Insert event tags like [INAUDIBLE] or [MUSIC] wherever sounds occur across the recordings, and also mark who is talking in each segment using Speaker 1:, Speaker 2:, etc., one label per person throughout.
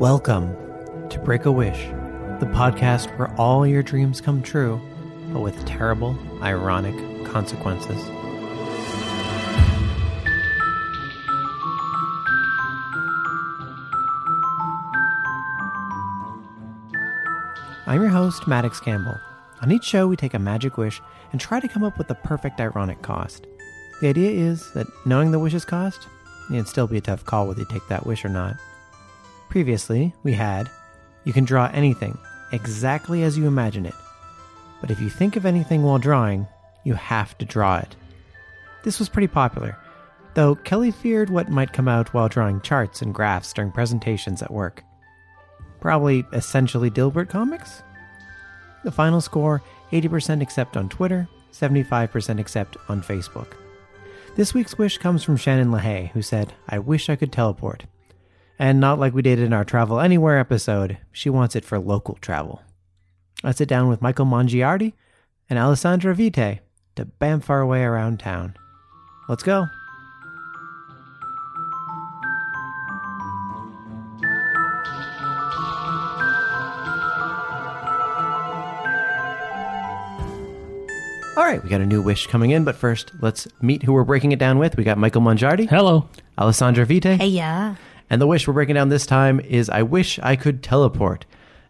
Speaker 1: Welcome to Break a Wish, the podcast where all your dreams come true, but with terrible, ironic consequences. I'm your host, Maddox Campbell. On each show, we take a magic wish and try to come up with the perfect ironic cost. The idea is that knowing the wish's cost, it'd still be a tough call whether you take that wish or not. Previously, we had you can draw anything exactly as you imagine it, but if you think of anything while drawing, you have to draw it. This was pretty popular, though Kelly feared what might come out while drawing charts and graphs during presentations at work. Probably essentially Dilbert comics? The final score 80% accept on Twitter, 75% accept on Facebook. This week's wish comes from Shannon LaHaye, who said, I wish I could teleport. And not like we did in our Travel Anywhere episode, she wants it for local travel. I sit down with Michael Mongiardi and Alessandra Vite to bamf our way around town. Let's go. All right, we got a new wish coming in, but first, let's meet who we're breaking it down with. We got Michael Mongiardi,
Speaker 2: Hello.
Speaker 1: Alessandra Vite.
Speaker 3: Hey, yeah.
Speaker 1: And the wish we're breaking down this time is I wish I could teleport.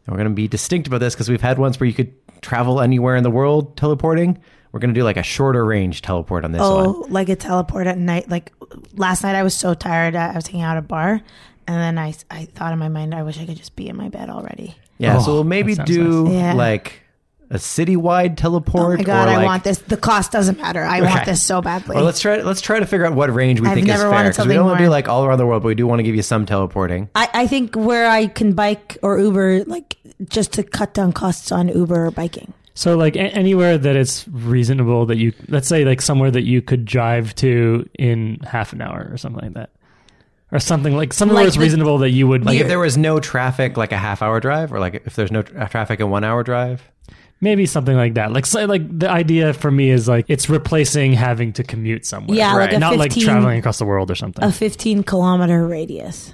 Speaker 1: And we're going to be distinct about this because we've had ones where you could travel anywhere in the world teleporting. We're going to do like a shorter range teleport on this one.
Speaker 3: Oh, like a teleport at night. Like last night, I was so tired. I I was hanging out at a bar, and then I, I thought in my mind, I wish I could just be in my bed already.
Speaker 1: Yeah,
Speaker 2: Oh,
Speaker 1: so we'll maybe
Speaker 2: that sounds
Speaker 1: do
Speaker 3: nice. Yeah.
Speaker 1: like a citywide
Speaker 3: Oh
Speaker 1: teleport.
Speaker 3: my god,
Speaker 1: or
Speaker 3: I
Speaker 1: like-
Speaker 3: want this. The cost doesn't matter. I want this so badly.
Speaker 1: Or let's try let's try to figure out what range we
Speaker 3: I've
Speaker 1: think is
Speaker 3: never
Speaker 1: fair
Speaker 3: wanted
Speaker 1: we don't
Speaker 3: something
Speaker 1: want to do
Speaker 3: more-
Speaker 1: like all around the world, but we do want to give you some teleporting.
Speaker 3: I, I think where I can bike or Uber, like just to cut down costs on Uber or biking.
Speaker 2: So, like a- anywhere that it's reasonable that you, let's say, like somewhere that you could drive to in half an hour or something like that, or something like somewhere
Speaker 3: Like
Speaker 2: where it's
Speaker 3: the-
Speaker 2: reasonable that you would
Speaker 1: Like if
Speaker 2: like,
Speaker 1: there was no traffic, like a half hour drive, or like if there's no tra- traffic, a one hour drive.
Speaker 2: maybe something like that. Like, say, like the idea for me is like it's replacing having to commute somewhere.
Speaker 3: Yeah, like Right. a
Speaker 2: not like
Speaker 3: 15
Speaker 2: traveling across the world or something.
Speaker 3: A 15 kilometer radius.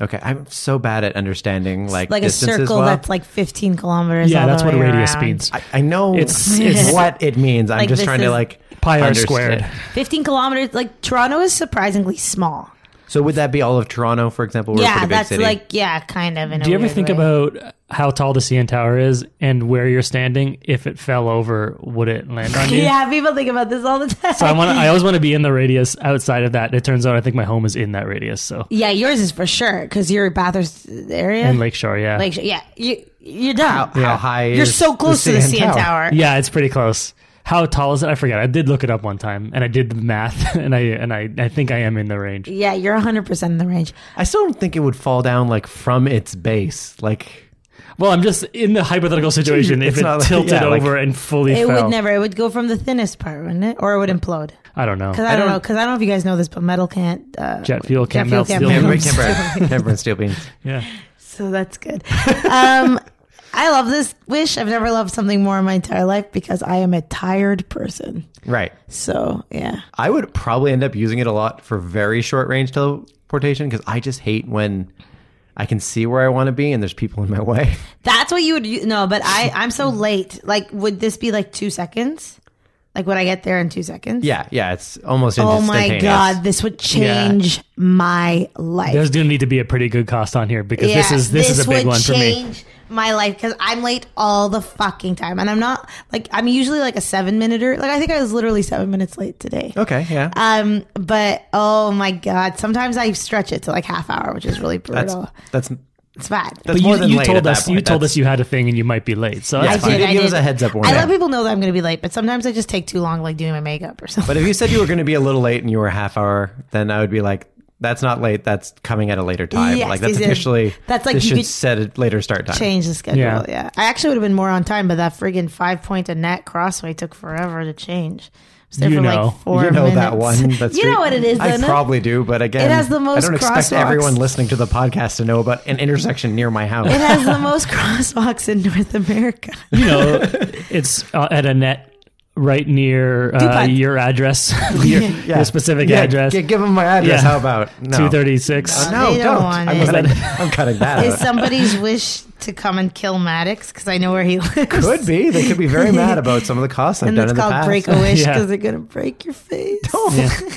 Speaker 1: Okay, I'm so bad at understanding like
Speaker 3: Like a
Speaker 1: distances
Speaker 3: circle
Speaker 1: well.
Speaker 3: that's like 15 kilometers.
Speaker 2: yeah,
Speaker 3: all the
Speaker 2: that's what
Speaker 3: way
Speaker 2: radius
Speaker 3: around.
Speaker 2: means.
Speaker 1: I, I know
Speaker 3: [LAUGHS]
Speaker 2: It's- it's-
Speaker 1: what it means. I'm
Speaker 3: Like,
Speaker 1: just
Speaker 3: this
Speaker 1: trying to
Speaker 3: is-
Speaker 1: like
Speaker 2: Pi r
Speaker 1: understand.
Speaker 2: squared.
Speaker 3: 15 kilometers. Like Toronto is surprisingly small.
Speaker 1: So would that be all of Toronto, for example? We're a
Speaker 3: yeah,
Speaker 1: pretty big
Speaker 3: that's
Speaker 1: city.
Speaker 3: like, yeah, kind of. In a
Speaker 2: Do you ever
Speaker 3: weird
Speaker 2: think
Speaker 3: way.
Speaker 2: about how tall the CN Tower is and where you're standing? If it fell over, would it land
Speaker 3: [LAUGHS]
Speaker 2: on you?
Speaker 3: Yeah, people think about this all the time.
Speaker 2: So I want. I always want to be in the radius outside of that. It turns out I think my home is in that radius. So
Speaker 3: yeah, yours is for sure because you're Bathurst area.
Speaker 2: in Lakeshore, yeah,
Speaker 3: Like, yeah, you you're done.
Speaker 1: how high
Speaker 3: You're
Speaker 1: is
Speaker 3: so close to the
Speaker 1: CN
Speaker 3: CN Tower.
Speaker 2: yeah, it's pretty close. How tall is it? I forget. I did look it up one time, and I did the math, [LAUGHS] and I and I, I think I am in the range.
Speaker 3: Yeah, you're 100 percent in the range.
Speaker 1: I still don't think it would fall down like from its base. Like
Speaker 3: [LAUGHS]
Speaker 2: Well, I'm just in the hypothetical situation. If
Speaker 1: [LAUGHS] It's
Speaker 2: it
Speaker 1: not like-
Speaker 2: tilted
Speaker 1: yeah, like-
Speaker 2: over and fully
Speaker 3: It
Speaker 2: fell,
Speaker 3: would never. It would go from the thinnest part, wouldn't it? Or it would implode.
Speaker 2: I don't know.
Speaker 3: Because
Speaker 1: I
Speaker 3: I, don't,
Speaker 1: don't-
Speaker 3: know. Because I don't know if you guys know this, but metal can't. Uh,
Speaker 2: Jet fuel can't melt steel
Speaker 1: can't
Speaker 2: Yeah,
Speaker 1: burn,
Speaker 2: beams.
Speaker 1: can't burn, can't burn steel beams.
Speaker 2: yeah,
Speaker 3: So that's good.
Speaker 2: [LAUGHS]
Speaker 3: Um, I love this wish. I've never loved something more in my entire life because I am a tired person.
Speaker 1: Right.
Speaker 3: So yeah.
Speaker 1: I would probably end up using it a lot for very short range teleportation because I just hate when I can see where I want to be and there's people in my [LAUGHS] way.
Speaker 3: That's what you would u- no, but I
Speaker 2: [LAUGHS]
Speaker 3: I'm so late. Like, would this be like two seconds? Like, would I get there in two seconds?
Speaker 1: Yeah, yeah, it's almost
Speaker 3: Oh
Speaker 1: instantaneous.
Speaker 3: my god, this would change my life.
Speaker 2: there's going to need to be a pretty good cost on here because this
Speaker 3: Yeah,
Speaker 2: is this, is a big
Speaker 3: would
Speaker 2: one for me.
Speaker 3: change My life because I'm late all the fucking time, and I'm not like I'm usually like a seven minuter. Like I think I was literally seven minutes late today.
Speaker 1: Okay, yeah.
Speaker 3: Um, but oh my god, sometimes I stretch it to like half hour, which is really
Speaker 1: that's
Speaker 3: brutal.
Speaker 1: that's
Speaker 3: it's bad.
Speaker 1: that's
Speaker 2: But
Speaker 1: more
Speaker 2: you,
Speaker 1: than
Speaker 2: you
Speaker 1: late at
Speaker 2: told
Speaker 1: that
Speaker 2: us you
Speaker 1: point.
Speaker 2: told
Speaker 1: That's-
Speaker 2: us you had a thing and you might be late. So
Speaker 1: Yeah,
Speaker 2: that's
Speaker 3: I
Speaker 1: fine. You
Speaker 3: did. I
Speaker 1: give us
Speaker 3: did.
Speaker 1: a heads up
Speaker 3: I
Speaker 1: warning.
Speaker 3: let people know that I'm going to be late, but sometimes I just take too long, like doing my makeup or something.
Speaker 1: But if you said you were going to be a little late and you were a half hour, then I would be like, "That's not late. That's coming at a later time.
Speaker 3: Yes,
Speaker 1: like that's
Speaker 3: is it-
Speaker 1: officially
Speaker 3: that's like
Speaker 1: this
Speaker 3: you
Speaker 1: should
Speaker 3: could
Speaker 1: set a later start
Speaker 3: [LAUGHS]
Speaker 1: time."
Speaker 3: Change the schedule.
Speaker 2: Yeah.
Speaker 3: Yeah. I actually would have been more on time, but that friggin' five point Annette crossway took forever to change. I was there
Speaker 2: You
Speaker 3: for
Speaker 2: know.
Speaker 3: like four
Speaker 1: you know
Speaker 3: minutes.
Speaker 1: that
Speaker 3: [LAUGHS]
Speaker 1: one. That's
Speaker 3: you know what it is,
Speaker 1: I
Speaker 3: doesn't it?
Speaker 1: probably do, but again,
Speaker 3: It has the
Speaker 1: I
Speaker 3: most
Speaker 1: don't expect
Speaker 3: crosswalks.
Speaker 1: everyone listening to the podcast to know about an intersection near my house.
Speaker 3: [LAUGHS]
Speaker 1: [LAUGHS]
Speaker 3: It has the most crosswalks in North America.
Speaker 2: you know, it's uh, at a net right near uh,
Speaker 3: Tupac.
Speaker 2: your address,
Speaker 1: [LAUGHS]
Speaker 2: [LAUGHS] your,
Speaker 1: Yeah.
Speaker 2: your specific
Speaker 1: Yeah,
Speaker 2: address,
Speaker 1: gi- give them my address.
Speaker 2: Yeah.
Speaker 1: How about no?
Speaker 2: two thirty six.
Speaker 1: Uh, no,
Speaker 3: They don't
Speaker 1: don't.
Speaker 3: want
Speaker 1: I'm,
Speaker 3: it.
Speaker 1: cutting, I'm cutting that
Speaker 3: Is
Speaker 1: out.
Speaker 3: somebody's wish to come and kill Maddox? Because I know where he lives.
Speaker 1: Could be. They could be very
Speaker 3: [LAUGHS]
Speaker 1: mad about some of the costs I've
Speaker 3: and
Speaker 1: done
Speaker 3: it's
Speaker 1: in the
Speaker 3: called
Speaker 1: past.
Speaker 3: break a
Speaker 2: [LAUGHS]
Speaker 3: wish
Speaker 2: Yeah.
Speaker 3: because they're gonna break your face.
Speaker 1: Don't,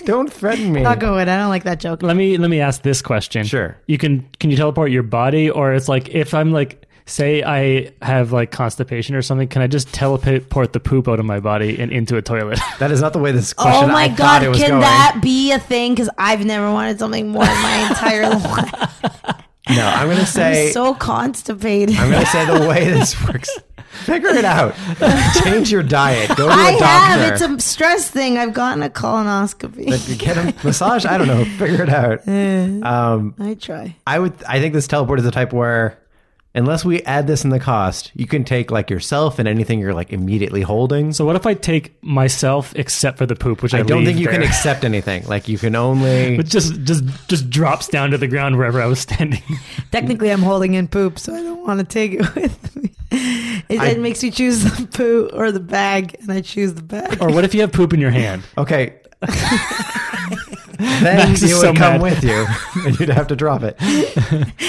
Speaker 1: don't threaten me.
Speaker 3: I'll go with. it. I don't like that joke.
Speaker 2: Let me let me ask this question.
Speaker 1: Sure.
Speaker 2: You can can you teleport your body, or it's like if I'm like say I have like constipation or something, can I just teleport the poop out of my body and into a toilet? [LAUGHS]
Speaker 1: That is not the way this question.
Speaker 3: Oh my
Speaker 1: I
Speaker 3: god!
Speaker 1: thought it was
Speaker 3: Can
Speaker 1: going.
Speaker 3: that be a thing? Because I've never wanted something more in [LAUGHS] my entire life.
Speaker 1: No, I'm gonna say.
Speaker 3: I'm so constipated.
Speaker 1: I'm gonna say the way this works. Figure it out. Change your diet. Go to a
Speaker 3: [LAUGHS] I
Speaker 1: doctor.
Speaker 3: have. It's a stress thing. I've gotten a colonoscopy.
Speaker 1: But you get a massage. I don't know. Figure it out. Um,
Speaker 3: [LAUGHS] I try.
Speaker 1: I would. I think this teleport is the type where, unless we add this in the cost, you can take like yourself and anything you're like immediately holding.
Speaker 2: so what if I take myself except for the poop, which I,
Speaker 1: I don't
Speaker 2: leave
Speaker 1: think you can
Speaker 2: there?
Speaker 1: accept anything. Like you can only.
Speaker 2: [LAUGHS] It just just just drops down to the ground wherever I
Speaker 1: [LAUGHS]
Speaker 2: was standing.
Speaker 3: Technically, I'm holding in poop, so I don't want to take it [LAUGHS] with me. It,
Speaker 1: I-
Speaker 3: it makes me choose the poo or the bag, and I choose the bag.
Speaker 2: or what if you have poop in your hand? [LAUGHS]
Speaker 1: Okay. then
Speaker 2: Max is
Speaker 1: you would
Speaker 2: so
Speaker 1: come
Speaker 2: mad.
Speaker 1: with you, [LAUGHS] and you'd have to drop
Speaker 2: [LAUGHS]
Speaker 1: it.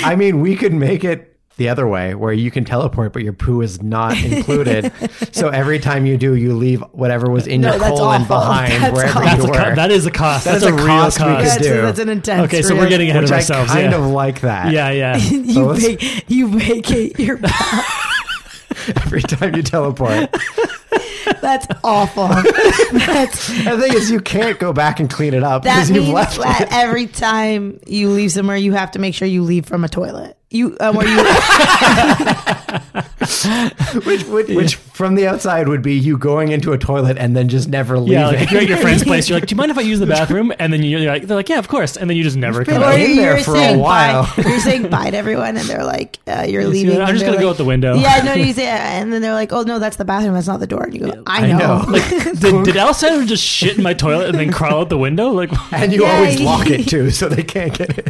Speaker 1: I mean, we could make it the other way, where you can teleport, but your poo is not
Speaker 2: [LAUGHS]
Speaker 1: included. so every time you do, you leave whatever was in
Speaker 3: No,
Speaker 1: your
Speaker 3: that's
Speaker 1: colon
Speaker 3: awful.
Speaker 1: behind
Speaker 3: That's
Speaker 1: wherever
Speaker 2: [LAUGHS] That's
Speaker 1: you
Speaker 2: a
Speaker 1: were.
Speaker 2: co- that is a cost.
Speaker 1: That
Speaker 2: That's
Speaker 1: is
Speaker 2: a,
Speaker 1: a
Speaker 2: real
Speaker 1: cost
Speaker 2: cost.
Speaker 1: we could
Speaker 3: that's,
Speaker 1: do.
Speaker 3: that's an intense.
Speaker 2: Okay, so we're
Speaker 3: reaction.
Speaker 2: getting ahead
Speaker 1: which
Speaker 2: of
Speaker 1: I
Speaker 2: ourselves.
Speaker 1: kind
Speaker 2: yeah.
Speaker 1: of like that.
Speaker 2: yeah, yeah.
Speaker 1: So
Speaker 3: [LAUGHS] you,
Speaker 1: let's-
Speaker 3: vac- you vacate your bag.
Speaker 1: [LAUGHS] Every time you teleport,
Speaker 3: That's [LAUGHS] awful. That's
Speaker 1: the thing is, you can't go back and clean it up
Speaker 3: that
Speaker 1: because you've left.
Speaker 3: means that every time you leave somewhere, you have to make sure you leave from a toilet. You um,
Speaker 1: [LAUGHS]
Speaker 3: or you
Speaker 1: Which, which, which from the outside would be you going into a toilet and then just never leaving.
Speaker 2: Yeah, like if you're at your friend's place, you're like, "Do you mind if I use the bathroom?" And then you're like, "They're like, yeah, of course." And then you just never come.
Speaker 1: been
Speaker 2: out.
Speaker 3: or
Speaker 1: in
Speaker 3: you're
Speaker 1: there for a
Speaker 3: saying
Speaker 1: while.
Speaker 3: bye. You're saying bye to everyone, and they're like, uh, "You're
Speaker 2: Just,
Speaker 3: leaving."
Speaker 2: you know, I'm
Speaker 3: and
Speaker 2: just
Speaker 3: they're
Speaker 2: gonna go
Speaker 3: like-
Speaker 2: out the window.
Speaker 3: Yeah, no, you say, and then they're like, "Oh no, that's the bathroom. That's not the door." And you go, "I know." [LAUGHS]
Speaker 2: [LAUGHS] Did, did Alessandra just shit in my toilet and then crawl out the window? Like, [LAUGHS]
Speaker 1: and you
Speaker 3: Yeah,
Speaker 1: always
Speaker 3: you-
Speaker 1: lock it too, so they can't get it.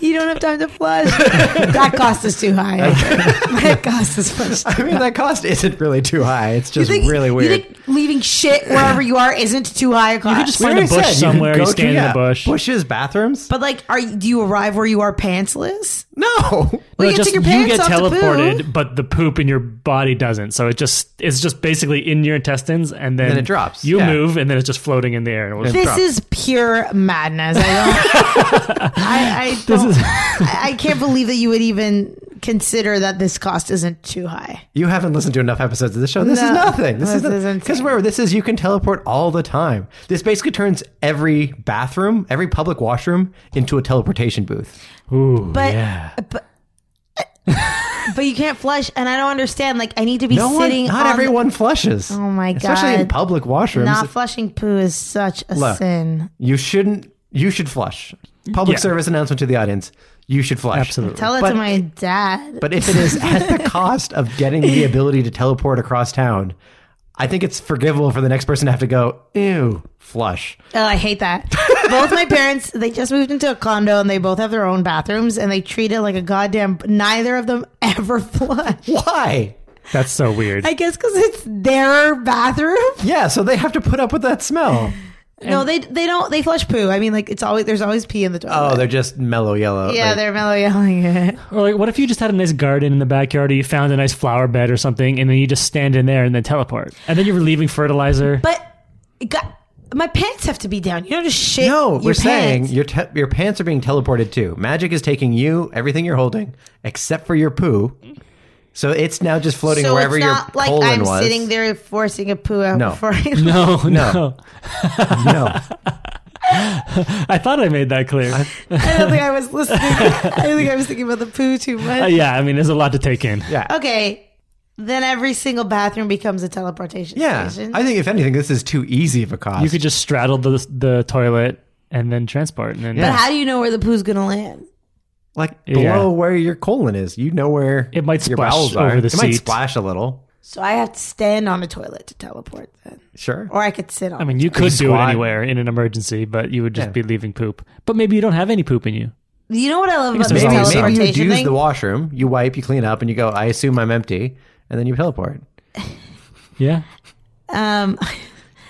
Speaker 3: You don't have time
Speaker 2: [LAUGHS]
Speaker 3: to flush. that cost is too high. [LAUGHS] that cost is flush.
Speaker 1: I mean, that cost isn't really too high. It's just really weird.
Speaker 3: You think leaving shit wherever you are isn't too high a cost?
Speaker 2: just
Speaker 1: We
Speaker 2: find a
Speaker 1: already
Speaker 2: bush
Speaker 1: said you
Speaker 2: somewhere,
Speaker 1: can
Speaker 2: you
Speaker 1: go
Speaker 2: stand
Speaker 1: to-
Speaker 2: in a
Speaker 1: yeah,
Speaker 2: bush.
Speaker 1: bushes, bathrooms.
Speaker 3: but like, are do you arrive where you are pantsless?
Speaker 1: No,
Speaker 3: Well, you
Speaker 2: just
Speaker 3: take your pants
Speaker 2: get
Speaker 3: off to poo.
Speaker 2: teleported, but the poop in your body doesn't. So it just it's just basically in your intestines, and then,
Speaker 1: Then it drops,
Speaker 2: You
Speaker 1: yeah.
Speaker 2: move, and then it's just floating in the air. And it was-
Speaker 1: Yeah.
Speaker 3: [LAUGHS] This
Speaker 1: Drop.
Speaker 3: is pure madness. I don't.
Speaker 1: [LAUGHS]
Speaker 3: I, I don't. I I can't believe that you would even consider that this cost isn't too high.
Speaker 1: you haven't listened to enough episodes of the show. This
Speaker 3: No,
Speaker 1: is nothing. This,
Speaker 3: this is
Speaker 1: is
Speaker 3: insane.
Speaker 1: because remember, this is you can teleport all the time. This basically turns every bathroom, every public washroom, into a teleportation booth.
Speaker 2: Ooh,
Speaker 1: [SIGHS]
Speaker 3: But
Speaker 2: yeah.
Speaker 3: but but you can't flush, and I don't understand. Like I need to be
Speaker 1: No one,
Speaker 3: sitting.
Speaker 1: not
Speaker 3: on the-
Speaker 1: everyone flushes.
Speaker 3: Oh my
Speaker 1: Especially in
Speaker 3: God.
Speaker 1: public washrooms,
Speaker 3: not flushing poo is such a
Speaker 1: Look.
Speaker 3: sin.
Speaker 1: you shouldn't. You should flush. Public
Speaker 2: Yeah.
Speaker 1: service announcement to the audience: You should flush.
Speaker 2: absolutely.
Speaker 3: Tell it
Speaker 1: But-
Speaker 3: to my dad.
Speaker 1: But if it is at the cost of getting the ability to teleport across town, I think it's forgivable for the next person to have to go, ew, flush.
Speaker 3: Oh, I hate
Speaker 1: [LAUGHS]
Speaker 3: that. both my parents, they just moved into a condo and they both have their own bathrooms and they treat it like a goddamn. Neither of them [LAUGHS] ever flush.
Speaker 1: Why?
Speaker 2: That's so weird.
Speaker 3: I guess because it's their bathroom.
Speaker 1: Yeah, so they have to put up with that smell.
Speaker 3: no, they they don't. They flush poo. I mean, like it's always there's always pee in the toilet.
Speaker 1: Oh, they're just mellow yellow.
Speaker 3: yeah,
Speaker 1: Like,
Speaker 3: they're mellow yelling it. [LAUGHS]
Speaker 2: Or like, what if you just had a nice garden in the backyard, or you found a nice flower bed or something, and then you just stand in there and then teleport, and then you're relieving
Speaker 3: [LAUGHS]
Speaker 2: fertilizer.
Speaker 3: But it got, my pants have to be down. You don't just shit.
Speaker 1: no,
Speaker 3: your
Speaker 1: we're saying
Speaker 3: pants.
Speaker 1: your te- your pants are being teleported too. Magic is taking you, everything you're holding, except for your poo. So it's now just floating
Speaker 3: so
Speaker 1: wherever
Speaker 3: it's
Speaker 1: your
Speaker 3: not like
Speaker 1: colon
Speaker 3: I'm
Speaker 1: was.
Speaker 3: sitting there forcing a poo out
Speaker 1: No.
Speaker 3: before I [LAUGHS]
Speaker 2: no,
Speaker 1: No.
Speaker 2: [LAUGHS] no,
Speaker 1: [LAUGHS] No,
Speaker 2: I thought I made that clear.
Speaker 3: I don't think I
Speaker 1: [LAUGHS]
Speaker 3: was listening. I think I was thinking about the poo too much.
Speaker 2: Uh, yeah, I mean, there's a lot to take in.
Speaker 1: yeah,
Speaker 3: [LAUGHS] Okay. Then every single bathroom becomes a teleportation
Speaker 1: yeah.
Speaker 3: station.
Speaker 1: I think if anything, this is too easy of a cost.
Speaker 2: You could just straddle the the toilet and then transport, and then
Speaker 1: Yeah.
Speaker 3: but how do you know where the poo's gonna land?
Speaker 1: like
Speaker 2: Yeah.
Speaker 1: below where your colon is. You know where
Speaker 2: It might
Speaker 1: your
Speaker 2: splash
Speaker 1: bowels are.
Speaker 2: over the
Speaker 1: it might
Speaker 2: seat.
Speaker 1: splash a little.
Speaker 3: So I have to stand on a toilet to teleport then,
Speaker 1: Sure.
Speaker 3: or I could sit on.
Speaker 2: I mean, you could do it
Speaker 1: squat.
Speaker 2: anywhere in an emergency, but you would just
Speaker 1: Yeah.
Speaker 2: be leaving poop. But maybe you don't have any poop in you.
Speaker 3: you know what I love about this
Speaker 2: there's
Speaker 1: Maybe,
Speaker 2: always
Speaker 1: maybe
Speaker 3: teleportation
Speaker 1: you use
Speaker 3: thing?
Speaker 1: the washroom, you wipe, you clean up, and you go, I assume I'm empty, and then you teleport.
Speaker 2: Yeah,
Speaker 3: Um,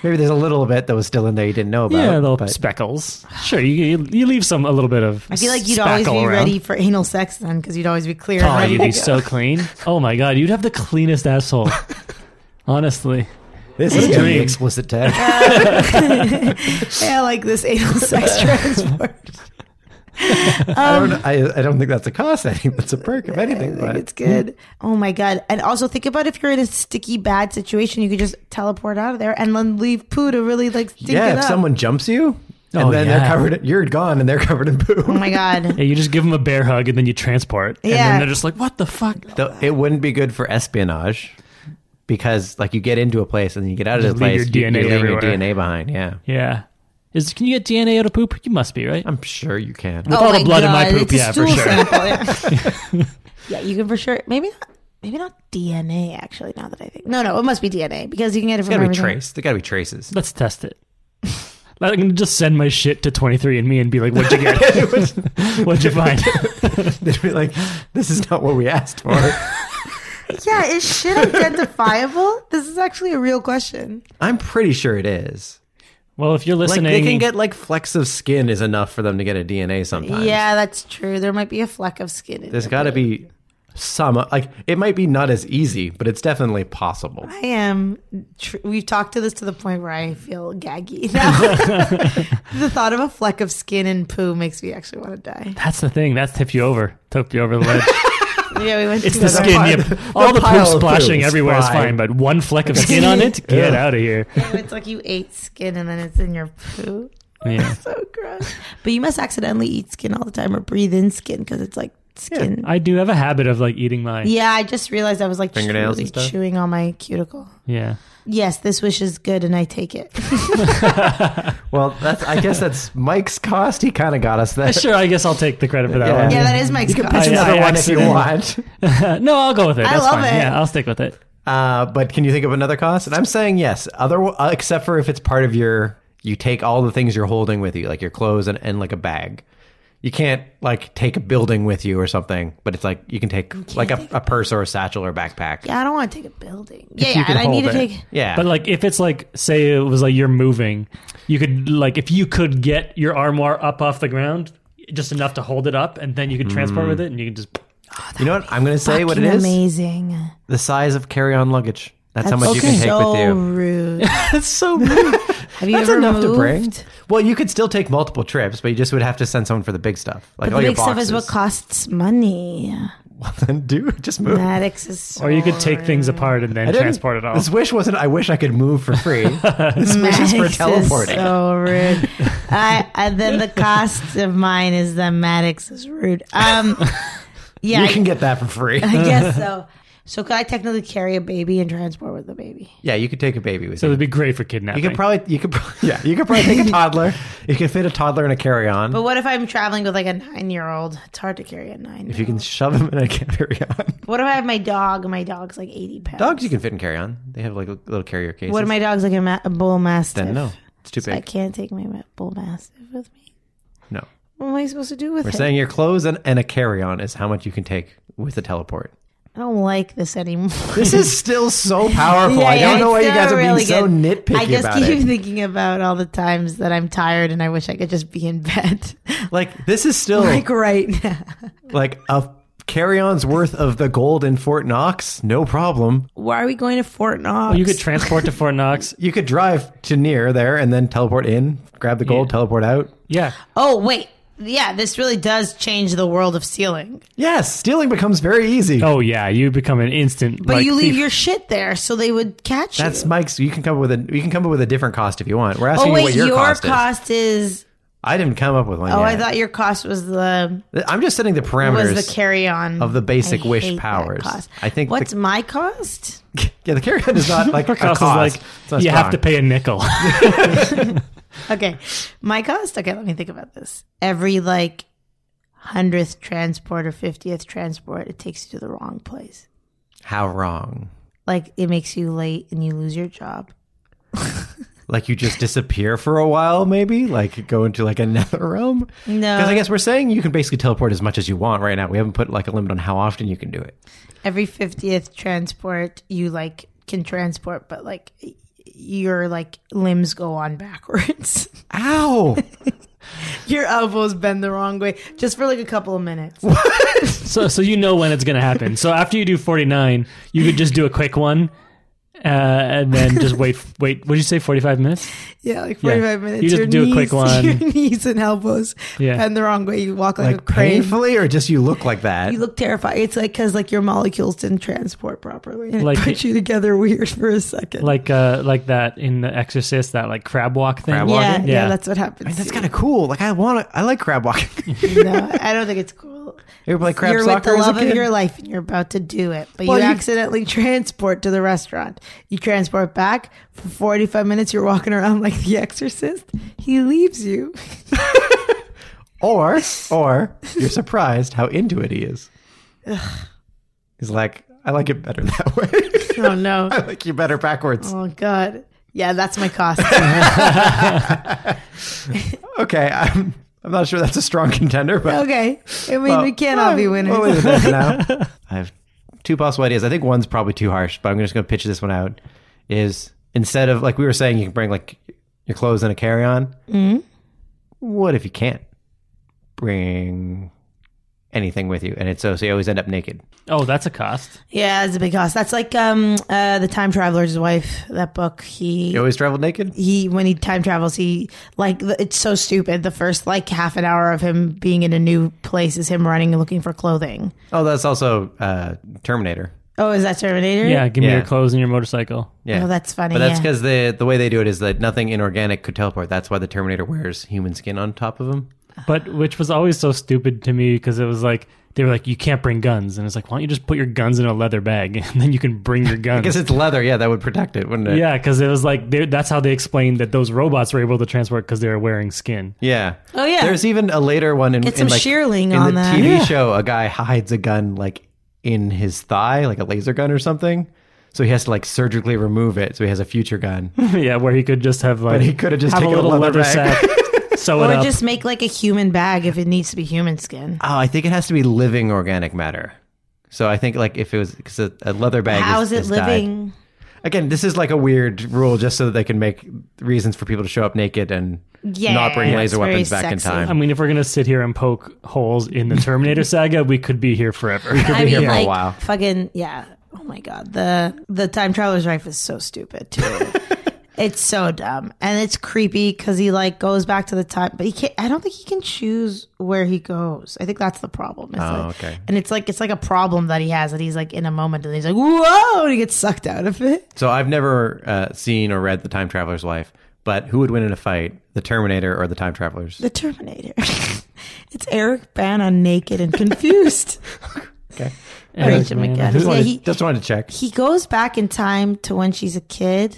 Speaker 1: Maybe there's a little bit that was still in there you didn't know about.
Speaker 2: yeah, little
Speaker 1: but
Speaker 2: speckles. Sure, you, you you leave some a little bit of.
Speaker 3: I feel like you'd always be ready for anal sex then, because you'd always be clear. and
Speaker 2: Oh,
Speaker 3: ready
Speaker 2: you'd
Speaker 3: to
Speaker 2: be
Speaker 3: go.
Speaker 2: so clean. Oh my god, you'd have the
Speaker 1: [LAUGHS]
Speaker 2: cleanest asshole. Honestly,
Speaker 1: this
Speaker 2: [LAUGHS] What
Speaker 1: is
Speaker 2: a
Speaker 1: gonna be
Speaker 2: dream.
Speaker 1: explicit tag.
Speaker 3: Um, Yeah, like this
Speaker 2: [LAUGHS]
Speaker 3: anal sex transport.
Speaker 1: I don't. I, I don't think that's a cost. [LAUGHS] I think that's a perk, if anything.
Speaker 3: Like,
Speaker 1: But
Speaker 3: it's good. Oh my god! And also think about if you're in a sticky bad situation, you could just teleport out of there and then leave poo to really like stink
Speaker 1: yeah,
Speaker 3: it
Speaker 1: if
Speaker 3: up.
Speaker 1: someone jumps you, and
Speaker 2: Oh,
Speaker 1: then
Speaker 2: yeah.
Speaker 1: they're covered. You're gone, and they're covered in poo.
Speaker 3: oh my
Speaker 2: [LAUGHS]
Speaker 3: god!
Speaker 2: yeah, you just give them a bear hug and then you transport, and
Speaker 3: Yeah.
Speaker 2: then they're just like, "What the fuck?"
Speaker 1: Though it wouldn't be good for espionage because like you get into a place and then you get out of
Speaker 2: Just
Speaker 1: the
Speaker 2: leave
Speaker 1: place
Speaker 2: your
Speaker 1: you- you're
Speaker 2: DNA
Speaker 1: leaving your
Speaker 2: everywhere.
Speaker 1: DNA behind yeah
Speaker 2: Yeah, is can you get DNA out of poop? You must be right.
Speaker 1: I'm sure you can
Speaker 3: Oh,
Speaker 2: With all the blood in my poop,
Speaker 3: it's a
Speaker 2: yeah, for
Speaker 3: stool
Speaker 2: sure.
Speaker 3: sample, yeah.
Speaker 2: [LAUGHS]
Speaker 3: Yeah, you can for sure. Maybe not. Maybe not DNA. Actually, now that I think, no, no, it must be DNA because you can get
Speaker 1: There's
Speaker 3: it from
Speaker 1: gotta be
Speaker 3: everything.
Speaker 1: trace there gotta be traces [LAUGHS]
Speaker 2: Let's test it. [LAUGHS] Like, I'm gonna just send my shit to 23andMe and be like, "What'd you
Speaker 1: [LAUGHS]
Speaker 2: get? [LAUGHS] What'd you find?"
Speaker 1: they'd be like this is not what we asked
Speaker 3: [LAUGHS]
Speaker 1: for
Speaker 3: Yeah, is shit identifiable? this is actually a real question.
Speaker 1: I'm pretty sure it is
Speaker 2: well, if you're
Speaker 1: like
Speaker 2: listening,
Speaker 1: they can get like flecks of skin is enough for them to get a DNA sometimes
Speaker 3: Yeah, that's true. There might be a fleck of skin. In
Speaker 1: there's
Speaker 3: it,
Speaker 1: gotta
Speaker 3: but-
Speaker 1: be some like it might be not as easy but it's definitely possible
Speaker 3: I am. Tr- we've talked to this to the point where I
Speaker 1: [LAUGHS]
Speaker 3: feel gaggy now. [LAUGHS] the thought of a fleck of skin and poo makes me actually want to die.
Speaker 2: that's the thing. That's tipped you over. Tipped you over
Speaker 1: [LAUGHS]
Speaker 2: the ledge.
Speaker 3: Yeah, we went.
Speaker 2: It's
Speaker 3: too
Speaker 2: the
Speaker 3: far.
Speaker 2: skin.
Speaker 1: pile-
Speaker 2: yeah.
Speaker 1: the
Speaker 2: all the
Speaker 1: pile
Speaker 2: poop
Speaker 1: of poo
Speaker 2: splashing
Speaker 1: is
Speaker 2: everywhere is
Speaker 1: fine.
Speaker 2: fine, but one fleck of skin
Speaker 1: [LAUGHS]
Speaker 2: on it, get
Speaker 1: Yeah.
Speaker 2: out of here.
Speaker 3: It's like you ate skin and then it's in your poo.
Speaker 2: Yeah.
Speaker 3: [LAUGHS] So gross. But you must accidentally eat skin all the time or breathe in skin because it's like skin. Yeah. I-
Speaker 2: I do have a habit of like eating my yeah.
Speaker 3: just realized I was like
Speaker 1: Fingernails
Speaker 3: truly
Speaker 1: and stuff?
Speaker 3: chewing on my cuticle. Yes, this wish is good and I take it.
Speaker 1: well that's I guess that's [LAUGHS] Mike's cost he kind of got us there
Speaker 2: Uh, Sure, I guess I'll take the credit for that
Speaker 1: Yeah.
Speaker 2: one.
Speaker 3: yeah, that is Mike's
Speaker 1: you can
Speaker 3: cost.
Speaker 1: pitch
Speaker 2: I-
Speaker 1: another
Speaker 2: I
Speaker 1: one if you
Speaker 2: accidentally-
Speaker 1: want [LAUGHS]
Speaker 2: no, I'll go with it.
Speaker 3: I
Speaker 2: That's
Speaker 3: love
Speaker 2: fine.
Speaker 3: it.
Speaker 2: Yeah, I'll stick with it.
Speaker 1: Uh, but can you think of another cost? And I'm saying yes. Other uh, except for if it's part of your, you take all the things you're holding with you, like your clothes and, and like a bag. You can't like take a building with you or something, but it's like you can take like a, a purse or a satchel or backpack.
Speaker 3: [LAUGHS] Yeah, I don't want to take a building. Yeah,
Speaker 1: you
Speaker 3: yeah,
Speaker 1: can
Speaker 3: and I need to
Speaker 1: hold it.
Speaker 3: take.
Speaker 1: Yeah,
Speaker 2: But like if it's like say it was like you're moving, you could like if you could get your armoire up off the ground just enough to hold it up and then you could transport
Speaker 1: Mm.
Speaker 2: with it and you can just
Speaker 1: you know what? I'm gonna say what it
Speaker 3: Fucking
Speaker 1: is:
Speaker 3: Amazing.
Speaker 1: the size of carry-on luggage. That's, how much you
Speaker 3: okay.
Speaker 1: can take
Speaker 3: so
Speaker 1: with you. [LAUGHS]
Speaker 3: rude.
Speaker 2: That's
Speaker 3: [LAUGHS]
Speaker 2: so
Speaker 3: Have you
Speaker 1: That's
Speaker 3: ever
Speaker 1: enough
Speaker 3: moved?
Speaker 1: to bring. Well, you could still take multiple trips, but you just would have to send someone for the big stuff, like
Speaker 3: But
Speaker 1: all
Speaker 3: the
Speaker 1: your
Speaker 3: big stuff is what
Speaker 1: [LAUGHS] boxes.
Speaker 3: costs money.
Speaker 1: Then do just move.
Speaker 3: Maddox is so
Speaker 2: Or you could take things apart and then
Speaker 1: I didn't-
Speaker 2: transport it all.
Speaker 1: This wish wasn't. I wish I could move for
Speaker 2: [LAUGHS]
Speaker 1: free. this wish is
Speaker 3: Maddox
Speaker 1: for teleporting.
Speaker 3: Is
Speaker 1: [LAUGHS]
Speaker 3: so rude. I, and then the cost of mine is that Maddox is rude.
Speaker 1: [LAUGHS]
Speaker 3: Um, yeah,
Speaker 1: you
Speaker 3: I,
Speaker 1: can get that for
Speaker 3: [LAUGHS]
Speaker 1: free.
Speaker 3: I
Speaker 1: [LAUGHS]
Speaker 3: guess so. So could I technically carry a baby and transport with the baby?
Speaker 1: yeah, you could take a baby with
Speaker 2: so
Speaker 1: you.
Speaker 2: it'd be great for kidnapping.
Speaker 1: You could probably. You could. pro- Yeah, you could probably take a
Speaker 2: [LAUGHS]
Speaker 1: toddler. You could fit a toddler in a carry-on.
Speaker 3: But what if I'm traveling with like a nine-year-old? It's hard to carry a nine.
Speaker 1: if you can shove him in a [LAUGHS] carry-on,
Speaker 3: What if I have my dog? and My dog's like eighty pounds.
Speaker 1: dogs you can fit in carry-on. They have like little carrier cases.
Speaker 3: What if my dog's like a, ma- a bull mastiff?
Speaker 1: Then
Speaker 3: [LAUGHS]
Speaker 1: no, it's too
Speaker 3: I
Speaker 1: big.
Speaker 3: can't take my ma- bull mastiff with me.
Speaker 1: No,
Speaker 3: What am I supposed to do with
Speaker 1: we're
Speaker 3: it?
Speaker 1: saying your clothes and, and a carry-on is how much you can take with the
Speaker 3: [LAUGHS]
Speaker 1: teleport.
Speaker 3: I don't like
Speaker 1: [LAUGHS]
Speaker 3: this anymore.
Speaker 1: This is still
Speaker 3: [LAUGHS]
Speaker 1: so powerful. I don't know why you guys are being so nitpicky
Speaker 3: I just
Speaker 1: about
Speaker 3: keep
Speaker 1: it.
Speaker 3: [LAUGHS] thinking about all the times that I'm tired and I wish I could just be in bed, [LAUGHS]
Speaker 1: Like this is still
Speaker 3: like right now.
Speaker 1: like a carry-on's worth of the gold in Fort Knox, no problem.
Speaker 3: Why are we going to Fort Knox?
Speaker 2: you could transport to
Speaker 1: [LAUGHS]
Speaker 2: Fort Knox.
Speaker 1: You could drive to near there and then teleport in, grab the gold,
Speaker 2: Yeah.
Speaker 1: teleport out.
Speaker 2: Yeah.
Speaker 3: oh wait, yeah, this really does change the world of stealing.
Speaker 1: Yes, stealing becomes very easy.
Speaker 2: Oh yeah, you become an instant.
Speaker 3: But
Speaker 2: like,
Speaker 3: you leave
Speaker 2: thief.
Speaker 3: your shit there, so they would catch
Speaker 1: That's
Speaker 3: you.
Speaker 1: Mike's. You can come up with a you can come up with a different cost if you want. We're asking
Speaker 3: Oh
Speaker 1: you
Speaker 3: wait,
Speaker 1: what your,
Speaker 3: your,
Speaker 1: cost, is.
Speaker 3: cost is.
Speaker 1: I didn't come up with one.
Speaker 3: Oh, I
Speaker 1: yet.
Speaker 3: thought your cost was the
Speaker 1: I'm just setting the parameters.
Speaker 3: was the carry on
Speaker 1: of the basic wish
Speaker 3: hate that
Speaker 1: powers.
Speaker 3: cost.
Speaker 1: I think the-
Speaker 3: what's my cost?
Speaker 1: [LAUGHS] yeah, the carry-on is
Speaker 2: [LAUGHS]
Speaker 1: not like a
Speaker 2: Your cost
Speaker 1: cost.
Speaker 2: is like
Speaker 1: It's not
Speaker 2: you have
Speaker 1: strong.
Speaker 2: to pay a nickel.
Speaker 3: Okay, my cost. Okay, let me think about this. Every like hundredth transport or fiftieth transport, it takes you to the wrong place.
Speaker 1: How wrong?
Speaker 3: Like it makes you late and you lose your job.
Speaker 1: Like you just disappear for a while, maybe? Like go into like another [LAUGHS] realm?
Speaker 3: No,
Speaker 1: Because I guess we're saying you can basically teleport as much as you want right now. We haven't put like a limit on how often you can do it.
Speaker 3: every fiftieth transport, you like can transport, but like your like limbs go on backwards. [LAUGHS]
Speaker 1: Ow!
Speaker 3: your elbows bend the wrong way just for like a couple of minutes.
Speaker 2: So so you know when it's gonna happen. So after you do forty nine, you could just do a quick one, uh, and then
Speaker 3: [LAUGHS]
Speaker 2: just wait. Wait, what did you say? Forty five minutes?
Speaker 3: Yeah, like 45
Speaker 2: Yeah.
Speaker 3: minutes.
Speaker 2: You just
Speaker 3: [LAUGHS] your
Speaker 2: do a
Speaker 3: knees,
Speaker 2: quick one.
Speaker 3: Your knees and elbows
Speaker 2: Yeah.
Speaker 3: bend the wrong way. You walk like, a
Speaker 1: like
Speaker 3: crane.
Speaker 1: painfully, or just you look like that?
Speaker 3: You look terrified. It's like because like your molecules didn't transport properly. And
Speaker 2: Like-
Speaker 3: it put you together weird for a second.
Speaker 2: Like uh, like that in The Exorcist, that like crab walk thing.
Speaker 1: Crab walk.
Speaker 3: yeah, yeah,
Speaker 1: walking?
Speaker 2: Yeah.
Speaker 3: that's what happens.
Speaker 1: I mean, that's kind of cool. Like I want to. I like crab
Speaker 3: [LAUGHS]
Speaker 1: walking. [LAUGHS]
Speaker 3: no, I don't think it's cool.
Speaker 1: you ever play crab
Speaker 3: you're with
Speaker 1: soccer
Speaker 3: the
Speaker 1: as a
Speaker 3: love of
Speaker 1: kid?
Speaker 3: your life and you're about to do it, but
Speaker 1: Well,
Speaker 3: you
Speaker 1: you-
Speaker 3: accidentally transport to the restaurant. You transport back for 45 minutes. You're walking around like the exorcist. He leaves you. [LAUGHS]
Speaker 1: Or, or you're surprised how into it he is. He's like, I like it better [LAUGHS] that way.
Speaker 3: Oh, no.
Speaker 1: I like you better backwards.
Speaker 3: [LAUGHS] Oh, God. Yeah, that's
Speaker 2: [LAUGHS]
Speaker 3: my cost.
Speaker 1: Okay, I'm. I'm not sure that's a strong [LAUGHS] contender, but
Speaker 3: okay. I mean, we can't all be winners.
Speaker 1: We'll leave it there for
Speaker 3: [LAUGHS]
Speaker 1: now. I have two possible ideas. I think one's probably too harsh, but I'm just going to pitch this one out. Is instead of like we were saying, you can bring like your clothes in a carry-on. What if you can't bring anything with you, and it's so so you always end up naked?
Speaker 2: Oh, that's a cost.
Speaker 3: yeah, it's a big cost. That's like um uh the time traveler's wife. That book. He
Speaker 1: You always travel naked.
Speaker 3: he when he time travels he like the- it's so stupid the first like half an hour of him being in a new place is him running and looking for clothing
Speaker 1: Oh, that's also uh, Terminator.
Speaker 3: oh is that terminator
Speaker 2: Yeah, give me
Speaker 1: Yeah.
Speaker 2: your clothes and your motorcycle.
Speaker 1: Yeah,
Speaker 3: Oh, that's funny,
Speaker 1: But that's
Speaker 3: yeah.
Speaker 1: because the the way they do it is that nothing inorganic could teleport. That's why the Terminator wears human skin on top of him.
Speaker 2: But which was always so stupid to me because it was like they were like, you can't bring guns, and it's like, why don't you just put your guns in a leather bag [LAUGHS] and then you can bring your
Speaker 1: [LAUGHS] I
Speaker 2: guns?
Speaker 1: guess it's leather. Yeah, that would protect it, wouldn't it?
Speaker 2: yeah, because it was like they, that's how they explained that those robots were able to transport because they were wearing skin.
Speaker 1: Yeah.
Speaker 3: Oh, yeah.
Speaker 1: There's even a later one in,
Speaker 3: Get
Speaker 1: in
Speaker 3: some
Speaker 1: like
Speaker 3: shearling
Speaker 1: in
Speaker 3: on
Speaker 1: the
Speaker 3: that.
Speaker 1: TV
Speaker 2: Yeah.
Speaker 1: show. A guy hides a gun like in his thigh, like a laser gun or something. So he has to like surgically remove it. So he has a future gun.
Speaker 2: [LAUGHS]
Speaker 3: Hmm.
Speaker 2: yeah, where he could just have like
Speaker 1: But he could have just
Speaker 2: have a
Speaker 1: taken a
Speaker 2: little
Speaker 1: leather
Speaker 2: leather
Speaker 1: bag. [LAUGHS]
Speaker 2: sack, sew
Speaker 3: or
Speaker 2: it up.
Speaker 3: just make like a human bag if it needs to be human skin
Speaker 1: oh, I think it has to be living organic matter. So I think like if it was because a, a leather bag.
Speaker 3: how is
Speaker 1: is,
Speaker 3: it
Speaker 1: is dyed.
Speaker 3: living
Speaker 1: Again, this is like a weird rule just so that they can make reasons for people to show up naked and
Speaker 3: Yeah,
Speaker 1: not bring
Speaker 3: it's
Speaker 1: laser
Speaker 3: very
Speaker 1: weapons back in
Speaker 3: sexy.
Speaker 1: time.
Speaker 2: I mean, if we're gonna sit here and poke holes
Speaker 1: [LAUGHS]
Speaker 2: in the Terminator saga, we could be here forever.
Speaker 3: i
Speaker 1: here
Speaker 3: mean
Speaker 1: for a
Speaker 3: like
Speaker 1: while.
Speaker 3: fucking yeah oh my god the the time traveler's wife is so
Speaker 1: [LAUGHS]
Speaker 3: stupid too It's so dumb and it's creepy because he like goes back to the time, but he can't. I don't think he can choose where he goes. I think that's the problem. It's
Speaker 1: Oh,
Speaker 3: like-
Speaker 1: okay.
Speaker 3: And it's like it's like a problem that he has that he's like in a moment and he's like whoa and he gets sucked out of it.
Speaker 1: So I've never uh, seen or read The Time Traveler's Life, but who would win in a fight, the Terminator or the Time Travelers?
Speaker 3: The Terminator. [LAUGHS] it's Eric Bana naked and confused.
Speaker 1: [LAUGHS] Okay,
Speaker 3: Rachel
Speaker 2: man,
Speaker 3: McAdams.
Speaker 2: I
Speaker 1: just,
Speaker 3: Yeah,
Speaker 1: wanted,
Speaker 3: he-
Speaker 1: just wanted to check.
Speaker 3: he goes back in time to when she's a kid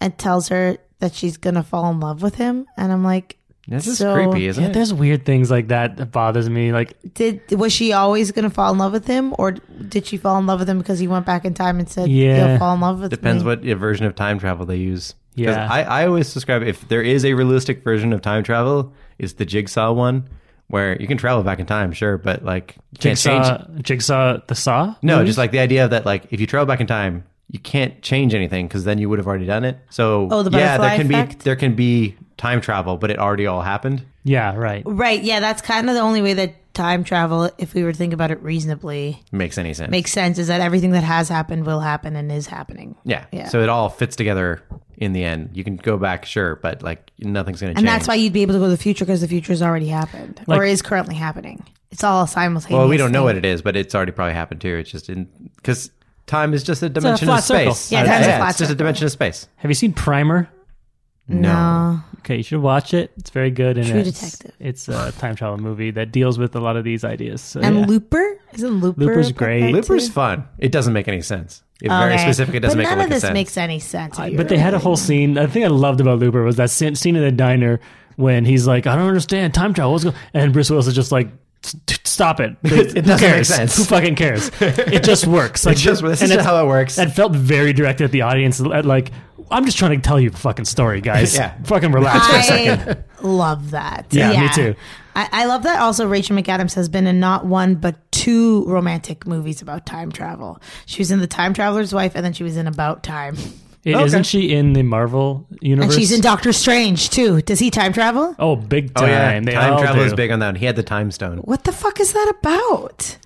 Speaker 3: and tells her that she's gonna fall in love with him. And I'm like,
Speaker 1: This is
Speaker 3: so-
Speaker 1: creepy, isn't
Speaker 2: Yeah,
Speaker 1: it?
Speaker 2: there's weird things like that that bothers me. Like,
Speaker 3: Did was she always going to fall in love with him, or did she fall in love with him because he went back in time and said,
Speaker 2: Yeah.
Speaker 3: "You'll fall in love with
Speaker 1: Depends
Speaker 3: me"?
Speaker 1: what uh, version of time travel they use. 'Cause
Speaker 2: Yeah.
Speaker 1: I, I always describe if there is a realistic version of time travel, it's the Jigsaw one, where you can travel back in time, sure, but like you can't change.
Speaker 2: Jigsaw, Jigsaw, the Saw.
Speaker 1: No,
Speaker 2: movies?
Speaker 1: just like the idea that like if you travel back in time, you can't change anything because then you would have already done it. So
Speaker 3: Oh, the
Speaker 1: yeah, there
Speaker 3: butterfly
Speaker 1: can be
Speaker 3: effect?
Speaker 1: there can be time travel, but it already all happened.
Speaker 2: yeah, right.
Speaker 3: Right? Yeah, that's kind of the only way that time travel, if we were to think about it reasonably,
Speaker 1: Makes any sense?
Speaker 3: makes sense. Is that everything that has happened will happen and is happening,
Speaker 1: Yeah.
Speaker 3: Yeah.
Speaker 1: So it all fits together in the end. You can go back, sure, but like nothing's going to
Speaker 3: and
Speaker 1: change.
Speaker 3: that's why you'd be able to go to the future because the future has already happened or
Speaker 2: Like-
Speaker 3: is currently happening. It's all simultaneous.
Speaker 1: Well, we don't know what it is, but it's already probably happened too. It's just in because time is just a dimension
Speaker 2: flat
Speaker 1: of space.
Speaker 2: circle.
Speaker 3: Yeah, time's a flat
Speaker 1: it's just a
Speaker 3: circle.
Speaker 1: dimension of space.
Speaker 2: Have you seen Primer?
Speaker 3: No.
Speaker 2: Okay, you should watch it. It's very good. And
Speaker 3: True
Speaker 2: it's,
Speaker 3: Detective.
Speaker 2: It's a time travel movie that deals with a lot of these ideas. So,
Speaker 3: And
Speaker 2: yeah.
Speaker 3: Looper isn't Looper?
Speaker 2: Looper's
Speaker 3: like
Speaker 2: great.
Speaker 3: that
Speaker 1: Looper's
Speaker 3: too?
Speaker 1: fun. It doesn't make any sense. It's very
Speaker 3: Okay.
Speaker 1: specific. It doesn't
Speaker 3: but
Speaker 1: make a
Speaker 3: none
Speaker 1: lick
Speaker 3: of this
Speaker 1: sense.
Speaker 3: makes any sense. if you
Speaker 2: But they had a
Speaker 3: really-
Speaker 2: whole scene. The thing I loved about Looper was that scene, scene in the diner when he's like, "I don't understand time travel." What's going? And Bruce Willis is just like, "S- t-
Speaker 1: [LAUGHS]
Speaker 2: "Stop it!
Speaker 1: It- it
Speaker 2: Who
Speaker 1: doesn't make
Speaker 2: cares?
Speaker 1: sense."
Speaker 2: Who fucking cares? It just works. Like
Speaker 1: just- this
Speaker 2: and
Speaker 1: is
Speaker 2: it's-
Speaker 1: how [LAUGHS] it works.
Speaker 2: That felt very directed at the audience. at, Like, I'm just trying to tell you the
Speaker 1: [LAUGHS]
Speaker 2: fucking story, guys.
Speaker 1: Yeah. Ah,
Speaker 2: fucking relax [LAUGHS] for a second.
Speaker 3: [LAUGHS] I love that.
Speaker 2: Yeah, me too.
Speaker 3: I, I love that. Also, Rachel McAdams has been in not one but two romantic movies about time travel. She was in The Time Traveler's Wife, and then she was in About Time.
Speaker 2: It,
Speaker 1: Okay.
Speaker 2: Isn't she in the Marvel
Speaker 3: And
Speaker 2: universe?
Speaker 3: she's in Doctor Strange too. Does he time travel?
Speaker 2: Oh, big time! They
Speaker 1: time
Speaker 2: all
Speaker 1: travel
Speaker 2: do.
Speaker 1: is big on that. He had the time stone.
Speaker 3: What the fuck is that about?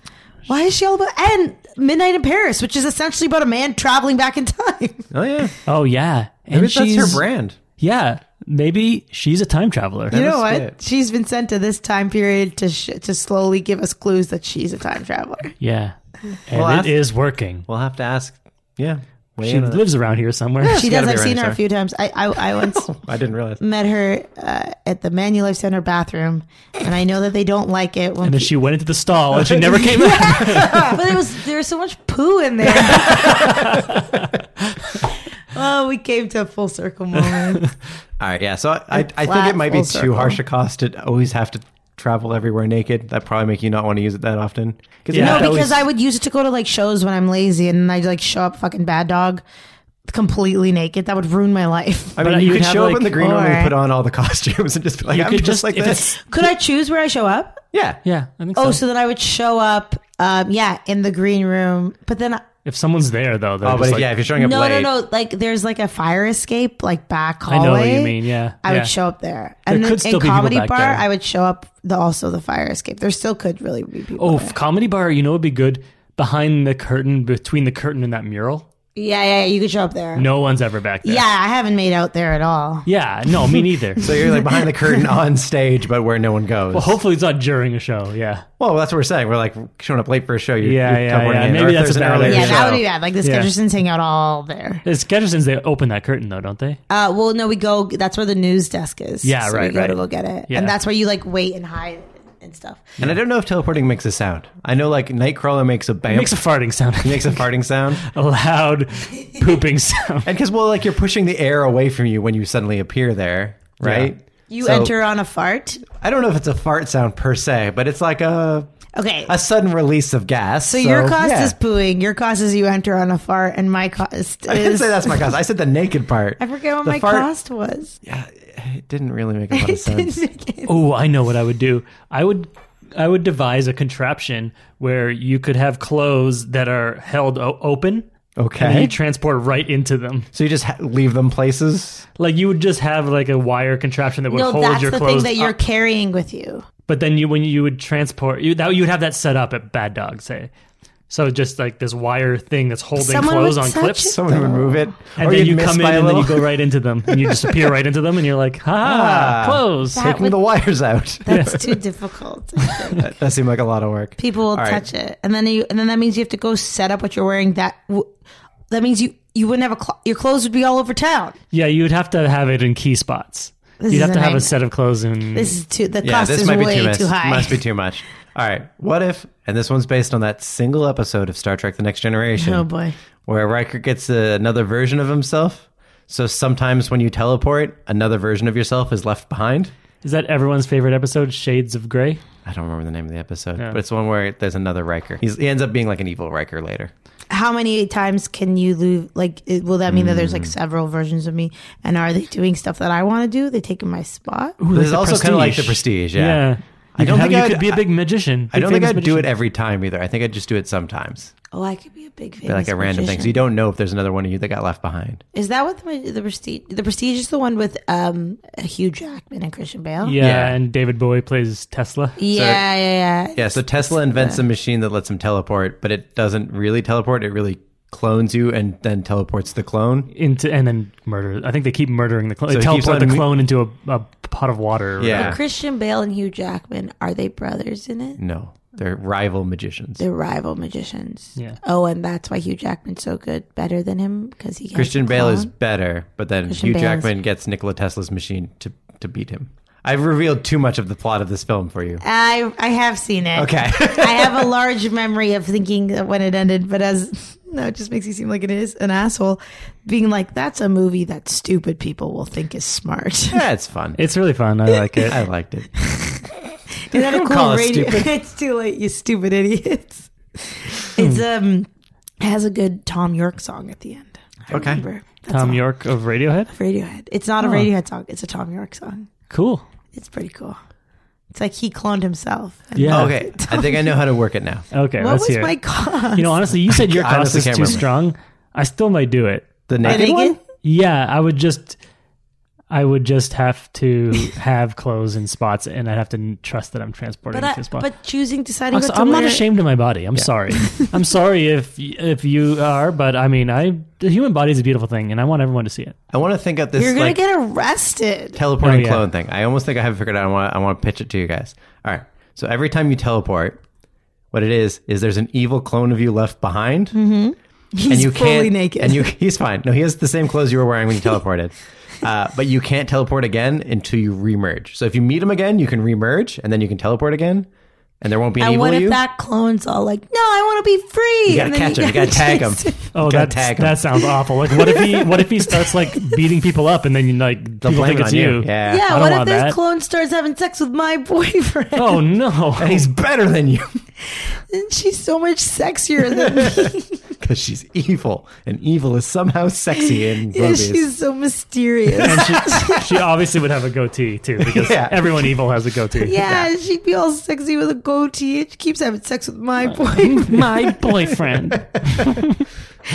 Speaker 3: Why is she all about and Midnight in Paris, which is essentially about a man traveling back in time.
Speaker 1: Oh yeah,
Speaker 2: Oh yeah, and
Speaker 1: maybe that's her
Speaker 2: she's-
Speaker 1: brand.
Speaker 2: Yeah, maybe she's a time traveler.
Speaker 3: You know
Speaker 1: was
Speaker 3: what?
Speaker 1: it.
Speaker 3: She's been sent to this time period to sh- to slowly give us clues that she's a time traveler.
Speaker 2: Yeah, and
Speaker 1: Well,
Speaker 2: it
Speaker 1: ask-
Speaker 2: is working.
Speaker 1: We'll have to ask. Yeah, weigh
Speaker 2: She
Speaker 1: in on that.
Speaker 2: lives around here somewhere.
Speaker 3: She
Speaker 1: gotta
Speaker 3: does.
Speaker 1: be
Speaker 3: I've
Speaker 1: right,
Speaker 3: seen her
Speaker 1: sorry.
Speaker 3: a few times. I I, I once
Speaker 1: I didn't realize.
Speaker 3: met her uh, at the Manulife Center bathroom, and I know that they don't like it
Speaker 2: [LAUGHS]
Speaker 3: when
Speaker 2: and then she went into the stall and she never came back.
Speaker 3: [LAUGHS] but it was there was so much poo in there. oh, we came to a full circle moment.
Speaker 1: All right, yeah. So I, I, I think
Speaker 3: flat
Speaker 1: it might be
Speaker 3: full
Speaker 1: too
Speaker 3: circle.
Speaker 1: harsh a cost to always have to travel everywhere naked. That probably make you not want to use it that often. Because
Speaker 2: Yeah.
Speaker 1: you
Speaker 3: No,
Speaker 1: know,
Speaker 2: that
Speaker 3: because
Speaker 2: was-
Speaker 3: I would use it to go to like shows when I'm lazy, and I'd like show up fucking bad dog, completely naked. That would ruin my life.
Speaker 1: I
Speaker 2: But
Speaker 1: mean,
Speaker 2: you
Speaker 1: you, could
Speaker 2: could have,
Speaker 1: show up
Speaker 2: like,
Speaker 1: in the green room and
Speaker 3: or-
Speaker 1: put on all the [LAUGHS] costumes and just be like,
Speaker 2: You
Speaker 1: I'm
Speaker 2: could
Speaker 1: just,
Speaker 2: just-
Speaker 1: like
Speaker 2: if
Speaker 1: this.
Speaker 3: Could I choose where I show up?
Speaker 1: Yeah.
Speaker 2: yeah, I think so.
Speaker 3: Oh, so then I would show up. Um, yeah, in the green room. But then,
Speaker 2: if someone's there though, they're
Speaker 1: Oh, but
Speaker 2: just
Speaker 1: if-
Speaker 2: like,
Speaker 1: yeah, if you're showing up
Speaker 3: no,
Speaker 1: late,
Speaker 3: no, no. Like, there's like a fire escape, like back
Speaker 2: I
Speaker 3: hallway.
Speaker 2: know what you mean. Yeah,
Speaker 3: I
Speaker 2: yeah.
Speaker 3: would show up there. And
Speaker 2: could
Speaker 3: then
Speaker 2: still
Speaker 3: in
Speaker 2: be people
Speaker 3: comedy
Speaker 2: back
Speaker 3: bar,
Speaker 2: there.
Speaker 3: I would show up the also the fire escape. There still could really be people.
Speaker 2: Oh,
Speaker 3: there.
Speaker 2: f- comedy bar. You know, would be good behind the curtain, between the curtain and that mural.
Speaker 3: yeah, yeah, yeah, you could show up there.
Speaker 2: No one's ever back there.
Speaker 3: Yeah, I haven't made out there at all.
Speaker 2: Yeah, no, me
Speaker 3: [LAUGHS]
Speaker 2: neither.
Speaker 1: So you're like
Speaker 2: [LAUGHS]
Speaker 1: behind the curtain on stage, but where no one goes. Well,
Speaker 2: Hopefully, it's not during a show. Yeah,
Speaker 1: that's what we're saying. We're like showing up late for a show. You're,
Speaker 2: Yeah,
Speaker 1: you're
Speaker 2: yeah,
Speaker 1: teleporting
Speaker 2: yeah.
Speaker 1: in.
Speaker 2: Maybe
Speaker 1: Or if
Speaker 2: that's
Speaker 1: there's
Speaker 2: a
Speaker 1: an
Speaker 2: bad
Speaker 1: earlier
Speaker 2: idea.
Speaker 3: Yeah,
Speaker 1: show.
Speaker 3: that would be bad. Like the
Speaker 2: Yeah.
Speaker 3: Skechersons hang out all there.
Speaker 2: the Skechersons they open that curtain though, don't they?
Speaker 3: Uh, well, no, we go. That's where the news desk is.
Speaker 2: Yeah,
Speaker 3: so
Speaker 2: right,
Speaker 3: We go to
Speaker 2: right.
Speaker 3: go get it,
Speaker 2: Yeah.
Speaker 3: and that's where you like wait and hide and stuff.
Speaker 1: And I don't know if teleporting makes a sound. I know like Nightcrawler makes a bam,
Speaker 2: Makes a farting sound. [LAUGHS]
Speaker 1: he [LAUGHS] makes a farting sound,
Speaker 2: a loud pooping sound.
Speaker 1: and because well, like you're pushing the air away from you when you suddenly appear there, right?
Speaker 3: You
Speaker 1: So,
Speaker 3: enter on a fart.
Speaker 1: I don't know if it's a fart sound per se, but it's like a
Speaker 3: Okay,
Speaker 1: a sudden release of gas.
Speaker 3: so, your cost
Speaker 1: yeah.
Speaker 3: is pooing. Your cost is you enter on a fart, and my cost
Speaker 1: I didn't
Speaker 3: is
Speaker 1: say that's my cost. I said the naked part.
Speaker 3: I forget what
Speaker 1: The
Speaker 3: my
Speaker 1: fart-
Speaker 3: cost was.
Speaker 1: It didn't really
Speaker 3: [LAUGHS]
Speaker 1: make a lot of sense.
Speaker 2: Oh, I know what I would do. I would I would devise a contraption where you could have clothes that are held o- open. And then
Speaker 1: Okay.
Speaker 2: you transport right into them.
Speaker 1: so you just ha- leave them places.
Speaker 2: Like you would just have like a wire contraption that would
Speaker 3: no,
Speaker 2: hold
Speaker 3: that's
Speaker 2: your
Speaker 3: the
Speaker 2: clothes.
Speaker 3: thing that you're
Speaker 2: up.
Speaker 3: carrying with you.
Speaker 2: But then you when you would transport you that you would have that set up at Bad Dog, say. So just like this wire thing that's holding
Speaker 3: Someone
Speaker 2: clothes
Speaker 3: would
Speaker 2: on
Speaker 3: touch
Speaker 2: clips.
Speaker 3: it.
Speaker 1: Someone would move it,
Speaker 2: And
Speaker 1: or
Speaker 2: then
Speaker 1: you'd
Speaker 2: you
Speaker 1: miss
Speaker 2: come in
Speaker 1: by a
Speaker 2: and then you
Speaker 1: little.
Speaker 2: go right into them and you just appear right into them and you're like, ha,
Speaker 1: Ah.
Speaker 2: clothes.
Speaker 1: [LAUGHS]
Speaker 3: That
Speaker 1: taking the wires out.
Speaker 3: That's too difficult. I
Speaker 1: [LAUGHS]
Speaker 3: think.
Speaker 1: that, that seemed like a lot of work.
Speaker 3: People will
Speaker 1: All right.
Speaker 3: touch it, and then you, and then that means you have to go set up what you're wearing. That w- that means you you wouldn't have a cl- your clothes would be all over town.
Speaker 2: Yeah, you'd have to have it in key spots.
Speaker 3: This
Speaker 2: you'd
Speaker 3: is
Speaker 2: have
Speaker 3: a
Speaker 2: to have
Speaker 3: nightmare.
Speaker 2: a set of clothes in.
Speaker 1: Hmm.
Speaker 3: This is too the
Speaker 1: Yeah,
Speaker 3: cost
Speaker 1: this
Speaker 3: is
Speaker 1: might be
Speaker 3: way
Speaker 1: too,
Speaker 3: too,
Speaker 1: much.
Speaker 3: high.
Speaker 1: Must be too much. All right. What if? And this one's based on that single episode of Star Trek: The Next Generation.
Speaker 3: [LAUGHS] Oh boy.
Speaker 1: where Riker gets uh, another version of himself. So sometimes when you teleport, another version of yourself is left behind.
Speaker 2: is that everyone's favorite episode, Shades of Grey?
Speaker 1: I don't remember the name of the episode,
Speaker 2: Yeah.
Speaker 1: but it's the one where there's another Riker. He's, he ends up being like an evil Riker later.
Speaker 3: How many times can you lose? Like, it, will that mean that there's like
Speaker 1: Mm.
Speaker 3: several versions of me? And are they doing stuff that I want to do? They taking my spot?
Speaker 1: this is also kind of like the Prestige. Yeah.
Speaker 2: Yeah.
Speaker 1: I
Speaker 2: You
Speaker 1: don't
Speaker 2: could have-
Speaker 1: think I
Speaker 2: you could
Speaker 1: would-
Speaker 2: be a big magician.
Speaker 1: I don't think I'd do it every time either. I think I'd just do it sometimes,
Speaker 3: Oh, I could be a big famous
Speaker 1: but like a random thing. So
Speaker 3: magician.
Speaker 1: you don't know if there's another one of you that got left behind.
Speaker 3: Is that what the, the prestige? The prestige is the one with um Hugh Jackman and Christian Bale.
Speaker 2: Yeah,
Speaker 1: Yeah.
Speaker 2: and David Bowie plays Tesla.
Speaker 3: yeah, yeah, yeah.
Speaker 1: Yeah. So Tesla invents a machine that lets him teleport, but it doesn't really teleport. It really clones you and then teleports the clone.
Speaker 2: Into and then murder. I think they keep murdering the clone.
Speaker 1: So
Speaker 2: they
Speaker 1: he keeps
Speaker 2: teleport
Speaker 1: on
Speaker 2: the
Speaker 1: mu-
Speaker 2: clone into a, a pot of water.
Speaker 1: Yeah.
Speaker 2: or
Speaker 1: Mm.
Speaker 2: whatever.
Speaker 3: But Christian Bale and Hugh Jackman are they brothers in it?
Speaker 1: No, they're rival magicians.
Speaker 3: They're rival magicians.
Speaker 2: Yeah.
Speaker 3: Oh, and that's why Hugh Jackman's so good, better than him because he has
Speaker 1: Christian
Speaker 3: a
Speaker 1: Bale is
Speaker 3: clone?
Speaker 1: better, but then
Speaker 3: Christian
Speaker 1: Hugh
Speaker 3: Bale is-
Speaker 1: Jackman gets Nikola Tesla's machine to, to beat him. I've revealed too much of the plot of this film for
Speaker 3: [LAUGHS]
Speaker 1: you.
Speaker 3: I I have seen it.
Speaker 1: Okay. [LAUGHS]
Speaker 3: I have a large memory of thinking that when it ended, but as no, it just makes you seem like it is an asshole, being like that's a movie that stupid people will think is smart.
Speaker 2: [LAUGHS]
Speaker 1: yeah, it's fun.
Speaker 2: It's really fun. I like
Speaker 1: [LAUGHS]
Speaker 2: it.
Speaker 1: I liked it.
Speaker 3: Is that a cool
Speaker 1: call us
Speaker 3: radio?
Speaker 1: stupid.
Speaker 3: [LAUGHS] it's too late, you stupid idiots. It's
Speaker 2: Hmm.
Speaker 3: um it has a good Tom York song at the end. I
Speaker 1: Okay.
Speaker 3: remember. That's
Speaker 2: Tom
Speaker 3: all.
Speaker 2: York Oh. of Radiohead.
Speaker 3: Radiohead. It's not a Radiohead song. It's a Tom York song.
Speaker 2: Cool.
Speaker 3: It's pretty cool. It's like he cloned himself.
Speaker 2: [LAUGHS]
Speaker 3: And
Speaker 2: Yeah.
Speaker 1: Okay, I think I know how to work it now.
Speaker 2: Okay.
Speaker 3: What
Speaker 2: let's
Speaker 3: was
Speaker 2: hear it.
Speaker 3: my cost?
Speaker 2: You know, honestly, you said your
Speaker 1: [LAUGHS] I
Speaker 2: cost
Speaker 1: honestly
Speaker 2: is
Speaker 1: can't
Speaker 2: too
Speaker 1: remember.
Speaker 2: strong. I still might do it.
Speaker 1: The naked
Speaker 3: naked?
Speaker 1: one?
Speaker 2: Yeah, I would just, I would just have
Speaker 1: [LAUGHS]
Speaker 2: to have clothes in spots, and I'd have to n- trust that I'm transporting
Speaker 3: But
Speaker 2: to
Speaker 3: I,
Speaker 2: a spot.
Speaker 3: but choosing deciding
Speaker 2: Also,
Speaker 3: what to
Speaker 2: I'm not
Speaker 3: wear-
Speaker 2: ashamed of my body. I'm sorry.
Speaker 1: [LAUGHS]
Speaker 2: I'm sorry if y- if you are, but I mean, I the human body is a beautiful thing, and I want everyone to see it.
Speaker 1: I want to think of this
Speaker 3: You're gonna
Speaker 1: like
Speaker 3: get arrested.
Speaker 1: teleporting
Speaker 2: Oh, yeah.
Speaker 1: clone thing. I almost think I have figured out. I want I want to pitch it to you guys. All right. So every time you teleport, what it is is there's an evil clone of you left behind,
Speaker 3: Mm-hmm. He's
Speaker 1: and you
Speaker 3: fully
Speaker 1: can't.
Speaker 3: naked.
Speaker 1: And you he's fine. No, he has the same clothes you were
Speaker 3: [LAUGHS]
Speaker 1: wearing when you teleported. Uh, but you can't teleport again until you remerge. So if you meet him again, you can remerge, and then you can teleport again, and there won't be an
Speaker 3: and
Speaker 1: evil
Speaker 3: what if
Speaker 1: you.
Speaker 3: that clone's all like, "No, I want to be free."
Speaker 1: you gotta
Speaker 3: and then
Speaker 1: catch him. You gotta tag him.
Speaker 3: chase
Speaker 2: Oh,
Speaker 1: You gotta
Speaker 2: that's, that sounds awful. Like, what if he
Speaker 1: [LAUGHS]
Speaker 2: what if he starts like beating people up, and then you like
Speaker 1: They'll
Speaker 2: people
Speaker 1: blame
Speaker 2: think
Speaker 1: it
Speaker 2: it's
Speaker 1: on you.
Speaker 2: you?
Speaker 1: Yeah.
Speaker 3: [LAUGHS] Yeah,
Speaker 2: don't
Speaker 3: what if
Speaker 2: want
Speaker 3: this
Speaker 2: that.
Speaker 3: clone starts having sex with my [LAUGHS] boyfriend?
Speaker 2: Oh no.
Speaker 1: And he's better than [LAUGHS] you
Speaker 3: And she's so much sexier
Speaker 1: [LAUGHS]
Speaker 3: than me.
Speaker 1: because she's evil, and evil is somehow sexy in [LAUGHS]
Speaker 3: Yeah,
Speaker 1: movies.
Speaker 3: she's
Speaker 1: [LAUGHS]
Speaker 3: so mysterious.
Speaker 2: [LAUGHS] and she, she obviously would have a goatee too, because
Speaker 1: Yeah.
Speaker 2: everyone evil has a goatee.
Speaker 3: yeah, she'd be all sexy with a goatee. and She keeps having sex with my [LAUGHS] boyfriend.
Speaker 2: My
Speaker 1: [LAUGHS]
Speaker 2: boyfriend.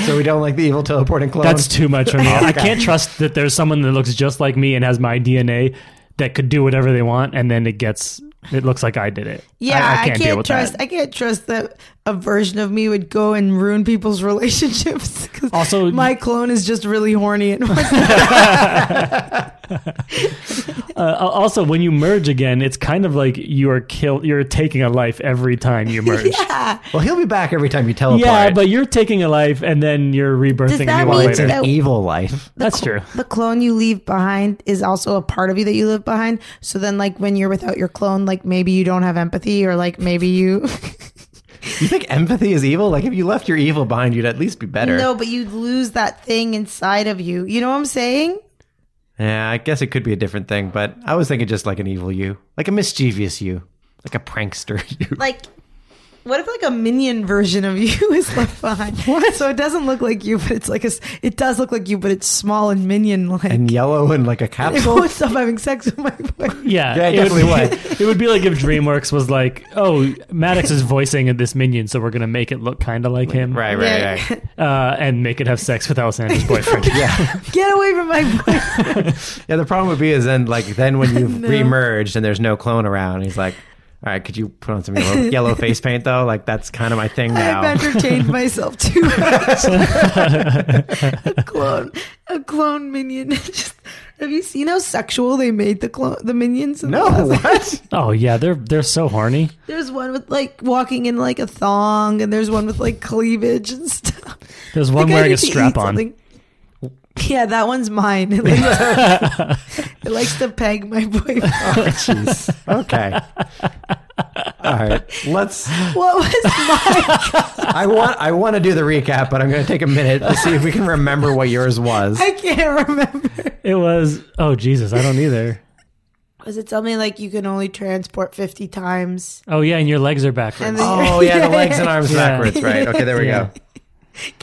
Speaker 1: So we don't like the evil teleporting clone.
Speaker 2: That's too much for me. I can't trust that there's someone that looks just like me and has my DNA that could do whatever they want, and then it gets it looks like I did it.
Speaker 3: Yeah, I, can't,
Speaker 2: deal with
Speaker 3: trust. [LAUGHS]
Speaker 2: that.
Speaker 3: I can't trust that a version of me would go and ruin people's [LAUGHS] relationships. 'cause
Speaker 2: Also-
Speaker 3: my clone is just really horny
Speaker 1: [LAUGHS]
Speaker 3: and wants
Speaker 2: Uh, al- also, when you merge again, it's kind of like you are kill. You're taking a life every time you merge. yeah.
Speaker 1: Well, he'll be back every time you teleport.
Speaker 2: but you're taking a life and then you're rebirthing a
Speaker 3: that
Speaker 2: new one
Speaker 3: mean
Speaker 1: well, it's
Speaker 2: later.
Speaker 1: an
Speaker 3: that-
Speaker 1: evil life.
Speaker 2: That's true.
Speaker 3: the clone you leave behind is also a part of you that you live behind. So then, like when you're without your clone, like maybe you don't have empathy, or like maybe you [LAUGHS]
Speaker 1: You think empathy is evil? Like if you left your evil behind, you'd at least be better.
Speaker 3: no, but you lose that thing inside of you. You know what I'm saying?
Speaker 1: Yeah, I guess it could be a different thing, but I was thinking just like an evil you, like a mischievous you, like a prankster [LAUGHS] you.
Speaker 3: Like, what if like a minion version of [LAUGHS] you is left behind? So it doesn't look like you, but it's like a s it does look like you, but it's small and minion like. [LAUGHS]
Speaker 1: And yellow and like a
Speaker 3: It
Speaker 1: [LAUGHS] capsule.
Speaker 3: won't stop having sex with my boyfriend.
Speaker 2: Yeah,
Speaker 1: Yeah,
Speaker 2: it would,
Speaker 1: definitely
Speaker 2: be, [LAUGHS] it would be like if DreamWorks was like, "Oh, Maddox is voicing this minion, so we're gonna make it look kind of like him,
Speaker 1: Right, right,
Speaker 3: Yeah.
Speaker 1: right.
Speaker 2: Uh, and make it have sex with Alessandra's boyfriend."
Speaker 1: Yeah.
Speaker 3: [LAUGHS] Get away from my boyfriend.
Speaker 1: Yeah, the problem would be is then like then when
Speaker 2: [LAUGHS]
Speaker 1: you've remerged and there's no clone around, he's like, All right, could you put on some yellow,
Speaker 2: [LAUGHS]
Speaker 1: yellow face paint though? Like that's kind of my thing now.
Speaker 3: I've entertained myself too much. [LAUGHS] a clone, a clone minion. [LAUGHS] Just- have you seen how sexual they made the clone, the minions? in
Speaker 1: [LAUGHS]
Speaker 3: the
Speaker 1: no,
Speaker 2: [LAUGHS]
Speaker 3: last-
Speaker 1: what?
Speaker 2: Oh yeah, they're they're so horny.
Speaker 3: there's one with like walking in like a thong, and there's one with like cleavage and stuff.
Speaker 2: There's
Speaker 3: Like,
Speaker 2: one
Speaker 3: I
Speaker 2: wearing
Speaker 3: need
Speaker 2: a
Speaker 3: to eat
Speaker 2: strap on.
Speaker 3: something. Yeah, that one's mine. [LAUGHS] It likes, it likes to peg my
Speaker 1: [LAUGHS]
Speaker 2: [LAUGHS]
Speaker 3: boyfriend.
Speaker 1: Jeez. Okay. All right. Let's
Speaker 3: What was mine?
Speaker 1: I want I want to do the recap, but I'm going to take a minute to see if we can remember what yours was.
Speaker 3: I can't remember.
Speaker 2: It was oh Jesus, I don't either.
Speaker 3: Was it something like you can only transport 50 times?
Speaker 2: Oh yeah, and your legs are backwards. [LAUGHS]
Speaker 3: And then
Speaker 1: [LAUGHS] Oh yeah, the legs and arms
Speaker 2: Yeah.
Speaker 1: backwards, right? Okay, there we
Speaker 2: Yeah.
Speaker 1: go.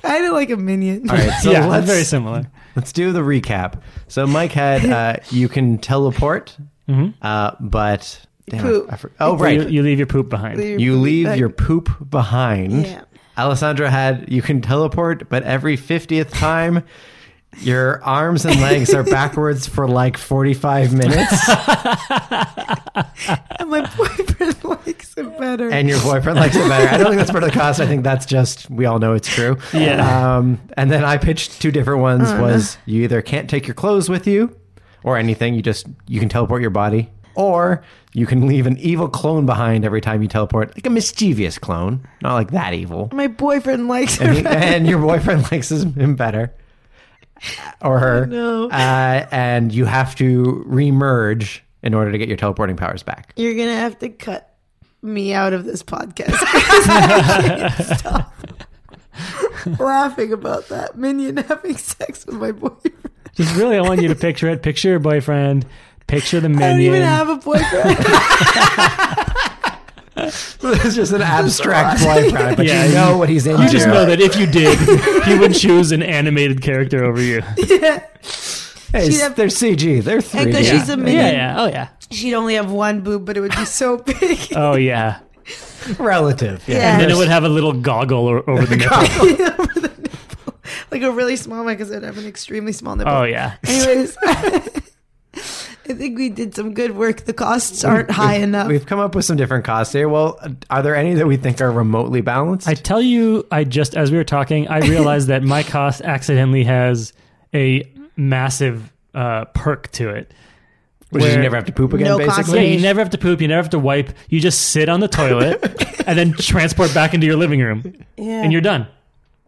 Speaker 3: kind of like a minion.
Speaker 1: All right, so
Speaker 2: yeah,
Speaker 1: let's
Speaker 2: very similar.
Speaker 1: let's do the recap. So Mike had uh, you can teleport, uh, but damn,
Speaker 3: Poop.
Speaker 1: I, I for- oh
Speaker 2: You,
Speaker 1: right,
Speaker 2: you leave your Mm-hmm. poop behind.
Speaker 1: you leave your poop behind.
Speaker 3: Yeah.
Speaker 1: Alessandra had you can teleport, but every fiftieth time. Your arms and legs [LAUGHS] are backwards for like 45 minutes,
Speaker 3: And my [LAUGHS] boyfriend likes it better.
Speaker 1: and your boyfriend likes it better. I don't think that's part of the cost. I think that's just, we all know it's true.
Speaker 2: Yeah.
Speaker 1: Um, and then I pitched two different ones was you either can't take your clothes with you or anything, you just you can teleport your body or you can leave an evil clone behind every time you teleport, like a mischievous clone, not like that evil.
Speaker 3: my boyfriend likes
Speaker 1: And, he-
Speaker 3: it.
Speaker 1: and your boyfriend [LAUGHS] likes his- him better or her.
Speaker 3: no.
Speaker 1: Uh, and you have to remerge in order to get your teleporting powers back.
Speaker 3: You're going to have to cut me out of this podcast. [LAUGHS] I can't stop laughing about that minion having sex with my boyfriend.
Speaker 2: Just really, I want you to picture it. Picture your boyfriend. Picture the
Speaker 3: I don't
Speaker 2: minion.
Speaker 3: even have a boyfriend.
Speaker 1: [LAUGHS] it's just an abstract boyfriend, but
Speaker 2: Yeah,
Speaker 1: you know what he's into.
Speaker 2: you just know that if you did, he would choose an animated character over
Speaker 3: [LAUGHS]
Speaker 2: you.
Speaker 1: Hey,
Speaker 3: She'd have-
Speaker 1: they're CG. They're 3D.
Speaker 3: And 'cause she's a minion,
Speaker 2: Yeah, yeah. Oh yeah.
Speaker 3: she'd only have one boob, but it would be so big.
Speaker 2: Oh yeah.
Speaker 1: [LAUGHS] relative.
Speaker 3: Yeah. [LAUGHS]
Speaker 2: And then it would have a little goggle o- over the nipple.
Speaker 3: like a really small one because I'd have an extremely small nipple.
Speaker 2: Oh yeah.
Speaker 3: Anyways, [LAUGHS] I think we did some good work. The costs aren't high enough.
Speaker 1: We've come up with some different costs here. Well, are there any that we think are remotely balanced?
Speaker 2: I tell you, I just as we were talking, I realized that my cost accidentally has a massive uh, perk to it.
Speaker 1: Which is you
Speaker 2: where-
Speaker 1: never have to poop again,
Speaker 3: No
Speaker 1: basically.
Speaker 3: consequences.
Speaker 2: Yeah, you never have to poop, you never have to wipe. You just sit on the
Speaker 3: [LAUGHS]
Speaker 2: toilet and then transport back into your living room,
Speaker 3: yeah.
Speaker 2: and you're done,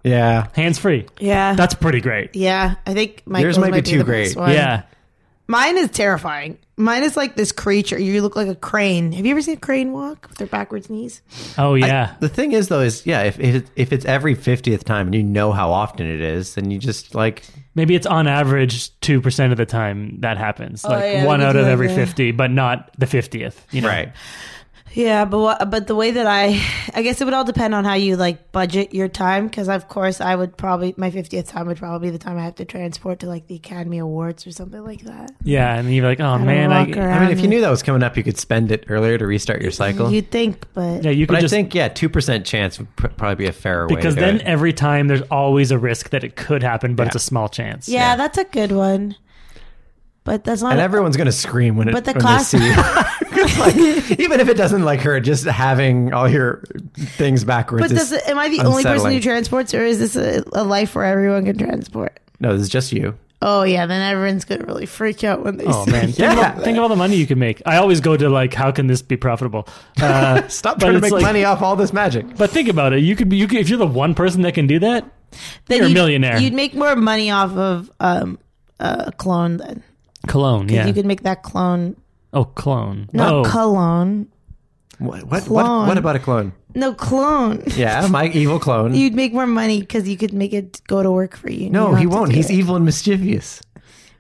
Speaker 1: Yeah.
Speaker 2: hands free.
Speaker 3: yeah.
Speaker 2: That's pretty great.
Speaker 3: yeah. I think my
Speaker 1: Yours might be too great.
Speaker 2: Yeah.
Speaker 3: Mine is terrifying. Mine is like this creature. You look like a crane. Have you ever seen a crane walk with their backwards knees?
Speaker 2: Oh yeah.
Speaker 1: The thing is, though, is yeah, if if, if it's every fiftieth time and you know how often it is, then you just like
Speaker 2: Maybe it's on average two percent of the time that happens, like
Speaker 3: Oh, yeah,
Speaker 2: one
Speaker 3: we
Speaker 2: out
Speaker 3: do
Speaker 2: of
Speaker 3: that,
Speaker 2: every
Speaker 3: yeah.
Speaker 2: fifty, but not the fiftieth. You know?
Speaker 1: right.
Speaker 3: Yeah, but wha- but the way that I, I guess it would all depend on how you like budget your time. Because of course, I would probably my fiftieth time would probably be the time I have to transport to like the Academy Awards or something like that.
Speaker 2: Yeah, and you're like, oh man,
Speaker 3: walk
Speaker 2: I,
Speaker 3: around.
Speaker 1: I mean, if you knew that was coming up, you could spend it earlier to restart your cycle.
Speaker 3: You'd think, but
Speaker 2: yeah, you could
Speaker 1: but I
Speaker 2: just
Speaker 1: think yeah, two percent chance would pr- probably be a fairer
Speaker 2: because
Speaker 1: way. to do
Speaker 2: then
Speaker 1: it.
Speaker 2: every time there's always a risk that it could happen, but it's
Speaker 1: Yeah.
Speaker 2: a small chance.
Speaker 3: yeah, that's a good one. But that's not.
Speaker 1: and everyone's gonna scream when it
Speaker 3: But the
Speaker 1: when
Speaker 3: class-
Speaker 1: they see
Speaker 3: [LAUGHS]
Speaker 1: you. 'Cause, [LAUGHS] like, even if it doesn't like her, just having all your things backwards.
Speaker 3: but
Speaker 1: is,
Speaker 3: does it, am I the only person who
Speaker 1: unsettling.
Speaker 3: transports, or is this a, a life where everyone can transport?
Speaker 1: no, this is just you.
Speaker 3: Oh yeah, then everyone's gonna really freak out when they
Speaker 2: Oh
Speaker 3: see.
Speaker 2: man, think,
Speaker 1: Yeah.
Speaker 2: of all, think of all the money you could make. I always go to like, how can this be profitable?
Speaker 1: [LAUGHS]
Speaker 2: Uh,
Speaker 1: Stop
Speaker 2: but
Speaker 1: trying to
Speaker 2: it's
Speaker 1: make
Speaker 2: like-
Speaker 1: money off all this magic.
Speaker 2: But think about it. You could, be, you could, if you're the one person that can do that,
Speaker 3: Then
Speaker 2: You're a
Speaker 3: you'd-
Speaker 2: millionaire.
Speaker 3: You'd make more money off of um, a clone then.
Speaker 2: cologne. Yeah.
Speaker 3: You could make that clone,
Speaker 2: oh, cologne.
Speaker 3: not
Speaker 2: oh.
Speaker 3: cologne.
Speaker 1: What what, what
Speaker 3: Clone.
Speaker 1: what about a clone?
Speaker 2: [LAUGHS]
Speaker 3: No clone.
Speaker 1: Yeah, my evil clone.
Speaker 3: You'd make more money because you could make it go to work for you. You
Speaker 1: no,
Speaker 3: don't
Speaker 1: he
Speaker 3: have to
Speaker 1: won't.
Speaker 3: do
Speaker 1: He's
Speaker 2: e-
Speaker 3: it.
Speaker 1: evil and mischievous.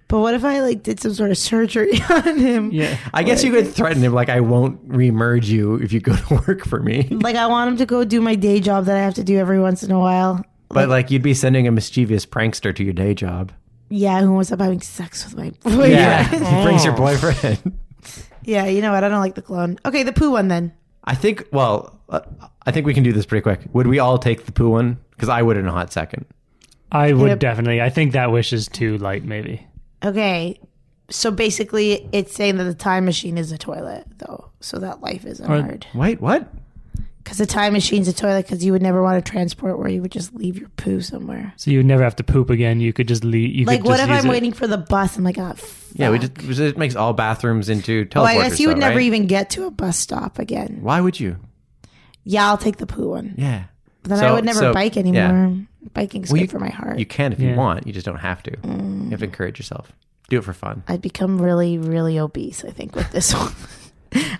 Speaker 3: But what if I like did some sort of surgery [LAUGHS] on him?
Speaker 2: yeah.
Speaker 1: I guess you could threaten him like I won't remerge you if you go to [LAUGHS] work for me.
Speaker 3: Like I want him to go do my day job that I have to do every once in a while.
Speaker 1: But like you'd be sending a mischievous prankster to your day job.
Speaker 3: Yeah, who ends up having sex with my boy?
Speaker 1: [LAUGHS] he brings your boyfriend.
Speaker 3: yeah. You know what? I don't like the clone. Okay, the poo one then.
Speaker 1: [LAUGHS] I think. Well, uh, I think we can do this pretty quick. Would we all take the poo one? Because I would in a hot second.
Speaker 2: I would
Speaker 3: Yep.
Speaker 2: definitely. I think that wish is too light. Maybe.
Speaker 3: Okay. So basically, it's saying that the time machine is a toilet, though. So that life isn't
Speaker 2: Or-
Speaker 3: hard.
Speaker 1: Wait, what?
Speaker 3: Because the time machine's a toilet because you would never want to transport where you would just leave your poo somewhere.
Speaker 2: So you would never have to poop again. You could just leave. You
Speaker 3: Like,
Speaker 2: could
Speaker 3: what
Speaker 2: just
Speaker 3: if
Speaker 2: use it.
Speaker 3: I'm waiting for the bus? I'm like, oh, fuck.
Speaker 1: Yeah, we just, we just- it makes all bathrooms into teleporters.
Speaker 3: Oh, I guess you would
Speaker 1: though,
Speaker 3: never
Speaker 1: right?
Speaker 3: even get to a bus stop again.
Speaker 1: Why would you?
Speaker 3: Yeah, I'll take the poo one.
Speaker 1: Yeah.
Speaker 3: But then I
Speaker 1: So-
Speaker 3: would never
Speaker 1: so-
Speaker 3: bike
Speaker 1: yeah.
Speaker 3: anymore. Biking's
Speaker 1: Well,
Speaker 3: good
Speaker 1: you-
Speaker 3: for my heart.
Speaker 1: You can if you
Speaker 2: Yeah.
Speaker 1: want. You just don't have to. You
Speaker 3: Mm.
Speaker 1: have to encourage yourself. Do it for fun.
Speaker 3: I'd become really, really obese, I think, with this [LAUGHS] one.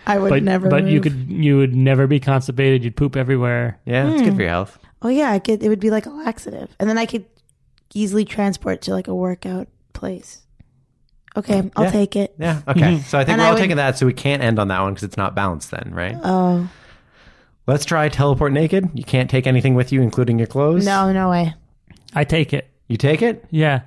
Speaker 3: I would
Speaker 2: But
Speaker 3: never.
Speaker 2: but you
Speaker 3: move.
Speaker 2: could you would never be constipated. You'd poop everywhere.
Speaker 1: Yeah, it's good for your health.
Speaker 3: Oh yeah, I could. It would be like a laxative, and then I could easily transport to like a workout place. Okay, I'll
Speaker 1: Yeah.
Speaker 3: take it.
Speaker 1: Yeah. Okay. So I think
Speaker 3: Mm-hmm. And
Speaker 1: we're
Speaker 3: I
Speaker 1: all
Speaker 3: would-
Speaker 1: taking that. So we can't end on that one because it's not balanced then, right?
Speaker 3: Oh
Speaker 1: Let's try teleport naked. You can't take anything with you, including your clothes.
Speaker 3: no, no way.
Speaker 2: I take it.
Speaker 1: You take it?
Speaker 2: Yeah.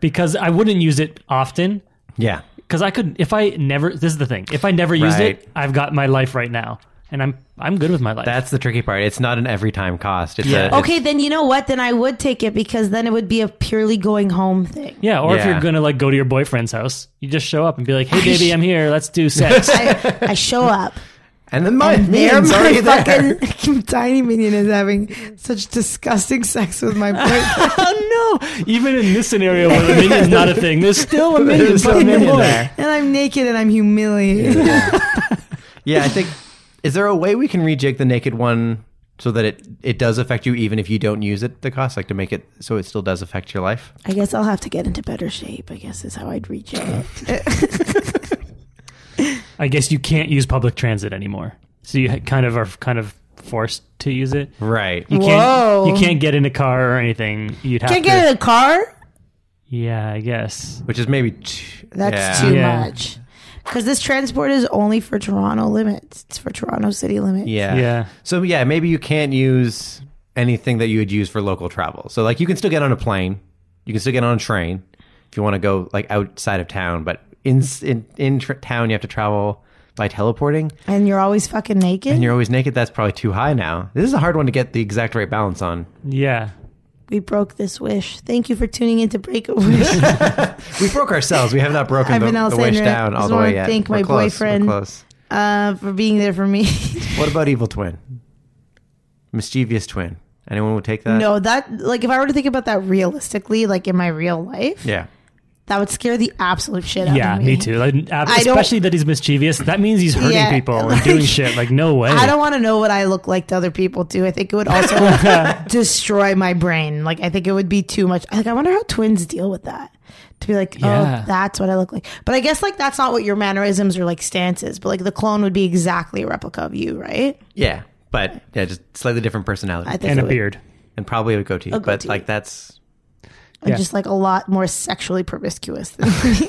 Speaker 2: Because I wouldn't use it often.
Speaker 1: Yeah.
Speaker 2: Because I could, if I never. This is the thing. If I never used
Speaker 1: Right.
Speaker 2: it, I've got my life right now, and I'm I'm good with my life.
Speaker 1: That's the tricky part. It's not an every time cost. It's
Speaker 2: Yeah.
Speaker 1: a, it's-
Speaker 3: Okay, then you know what? Then I would take it because then it would be a purely going home thing.
Speaker 2: yeah. Or if
Speaker 1: Yeah.
Speaker 2: you're gonna like go to your boyfriend's house, you just show up and be like, [LAUGHS] "Hey, baby, I'm here. Let's do sex."
Speaker 3: I, I show up.
Speaker 1: and then [LAUGHS] my
Speaker 3: There,
Speaker 1: man's
Speaker 3: my
Speaker 1: already [LAUGHS] there.
Speaker 3: fucking [LAUGHS] tiny minion is having such disgusting sex with
Speaker 1: [LAUGHS]
Speaker 3: my boyfriend.
Speaker 2: oh
Speaker 3: [LAUGHS]
Speaker 2: no! [LAUGHS] Even in this scenario where the minion's not a thing, [LAUGHS] there's still a minion.
Speaker 1: There's still a
Speaker 2: fucking
Speaker 1: minion
Speaker 2: boy.
Speaker 1: there.
Speaker 3: and I'm naked and I'm humiliated.
Speaker 1: [LAUGHS] Yeah, I think. Is there a way we can rejig the naked one so that it it does affect you even if you don't use it? The cost, like to make it so it still does affect your life.
Speaker 3: I guess I'll have to get into better shape. I guess is how I'd reach
Speaker 1: Uh,
Speaker 3: it.
Speaker 2: I guess you can't use public transit anymore, so you ha- kind of are kind of forced to use it.
Speaker 1: Right.
Speaker 2: You
Speaker 3: Whoa.
Speaker 2: can't you can't get in a car or anything. You'd have
Speaker 3: Can't
Speaker 2: to.
Speaker 3: get in a car.
Speaker 2: yeah, I guess.
Speaker 1: Which is maybe. T-
Speaker 3: That's
Speaker 1: yeah.
Speaker 3: too
Speaker 2: Yeah.
Speaker 3: much. Because this transport is only for Toronto limits. It's for Toronto city limits.
Speaker 1: Yeah.
Speaker 2: Yeah.
Speaker 1: So yeah, maybe you can't use anything that you would use for local travel. So like you can still get on a plane, you can still get on a train if you want to go like outside of town, but in in in tr- town you have to travel by teleporting
Speaker 3: And you're always fucking naked.
Speaker 1: and you're always naked. That's probably too high now. This is a hard one to get the exact right balance on.
Speaker 2: Yeah.
Speaker 3: We broke this wish. Thank you for tuning in to Break a
Speaker 1: [LAUGHS]
Speaker 3: Wish.
Speaker 1: We broke ourselves. We have not broken the,
Speaker 3: Ivan
Speaker 1: the
Speaker 3: Alexander,
Speaker 1: wish down
Speaker 3: I
Speaker 1: all
Speaker 3: just
Speaker 1: the
Speaker 3: wanna
Speaker 1: way yet.
Speaker 3: thank
Speaker 1: We're
Speaker 3: my
Speaker 1: close.
Speaker 3: boyfriend.
Speaker 1: We're close.
Speaker 3: uh, for being there
Speaker 1: [LAUGHS]
Speaker 3: for me.
Speaker 1: What about Evil Twin? Mischievous Twin. Anyone would take that?
Speaker 3: no, that like if I were to think about that realistically, like in my real life,
Speaker 1: Yeah.
Speaker 3: that would scare the absolute shit out
Speaker 2: yeah,
Speaker 3: of
Speaker 2: me.
Speaker 3: me.
Speaker 2: too. Like, ab-
Speaker 3: I don't-
Speaker 2: especially that he's mischievous. That means he's hurting
Speaker 3: Yeah,
Speaker 2: people
Speaker 3: [LAUGHS] like-
Speaker 2: and doing shit. Like, no way.
Speaker 3: I don't want to know what I look like to other people too. I think it would also
Speaker 2: [LAUGHS]
Speaker 3: destroy my brain. Like I think it would be too much. Like I wonder how twins deal with that. To be like,
Speaker 2: Yeah.
Speaker 3: oh, that's what I look like. But I guess like that's not what your mannerisms or like stances. But like the clone would be exactly a replica of you, right?
Speaker 1: Yeah. But yeah, just slightly different personality.
Speaker 3: I think
Speaker 2: and
Speaker 3: it
Speaker 2: a
Speaker 3: would-
Speaker 2: beard.
Speaker 1: and probably a goatee.
Speaker 3: A
Speaker 1: but
Speaker 3: goatee.
Speaker 1: like that's
Speaker 3: and
Speaker 2: Yeah.
Speaker 3: just like a lot more sexually promiscuous
Speaker 2: [LAUGHS]
Speaker 3: than me.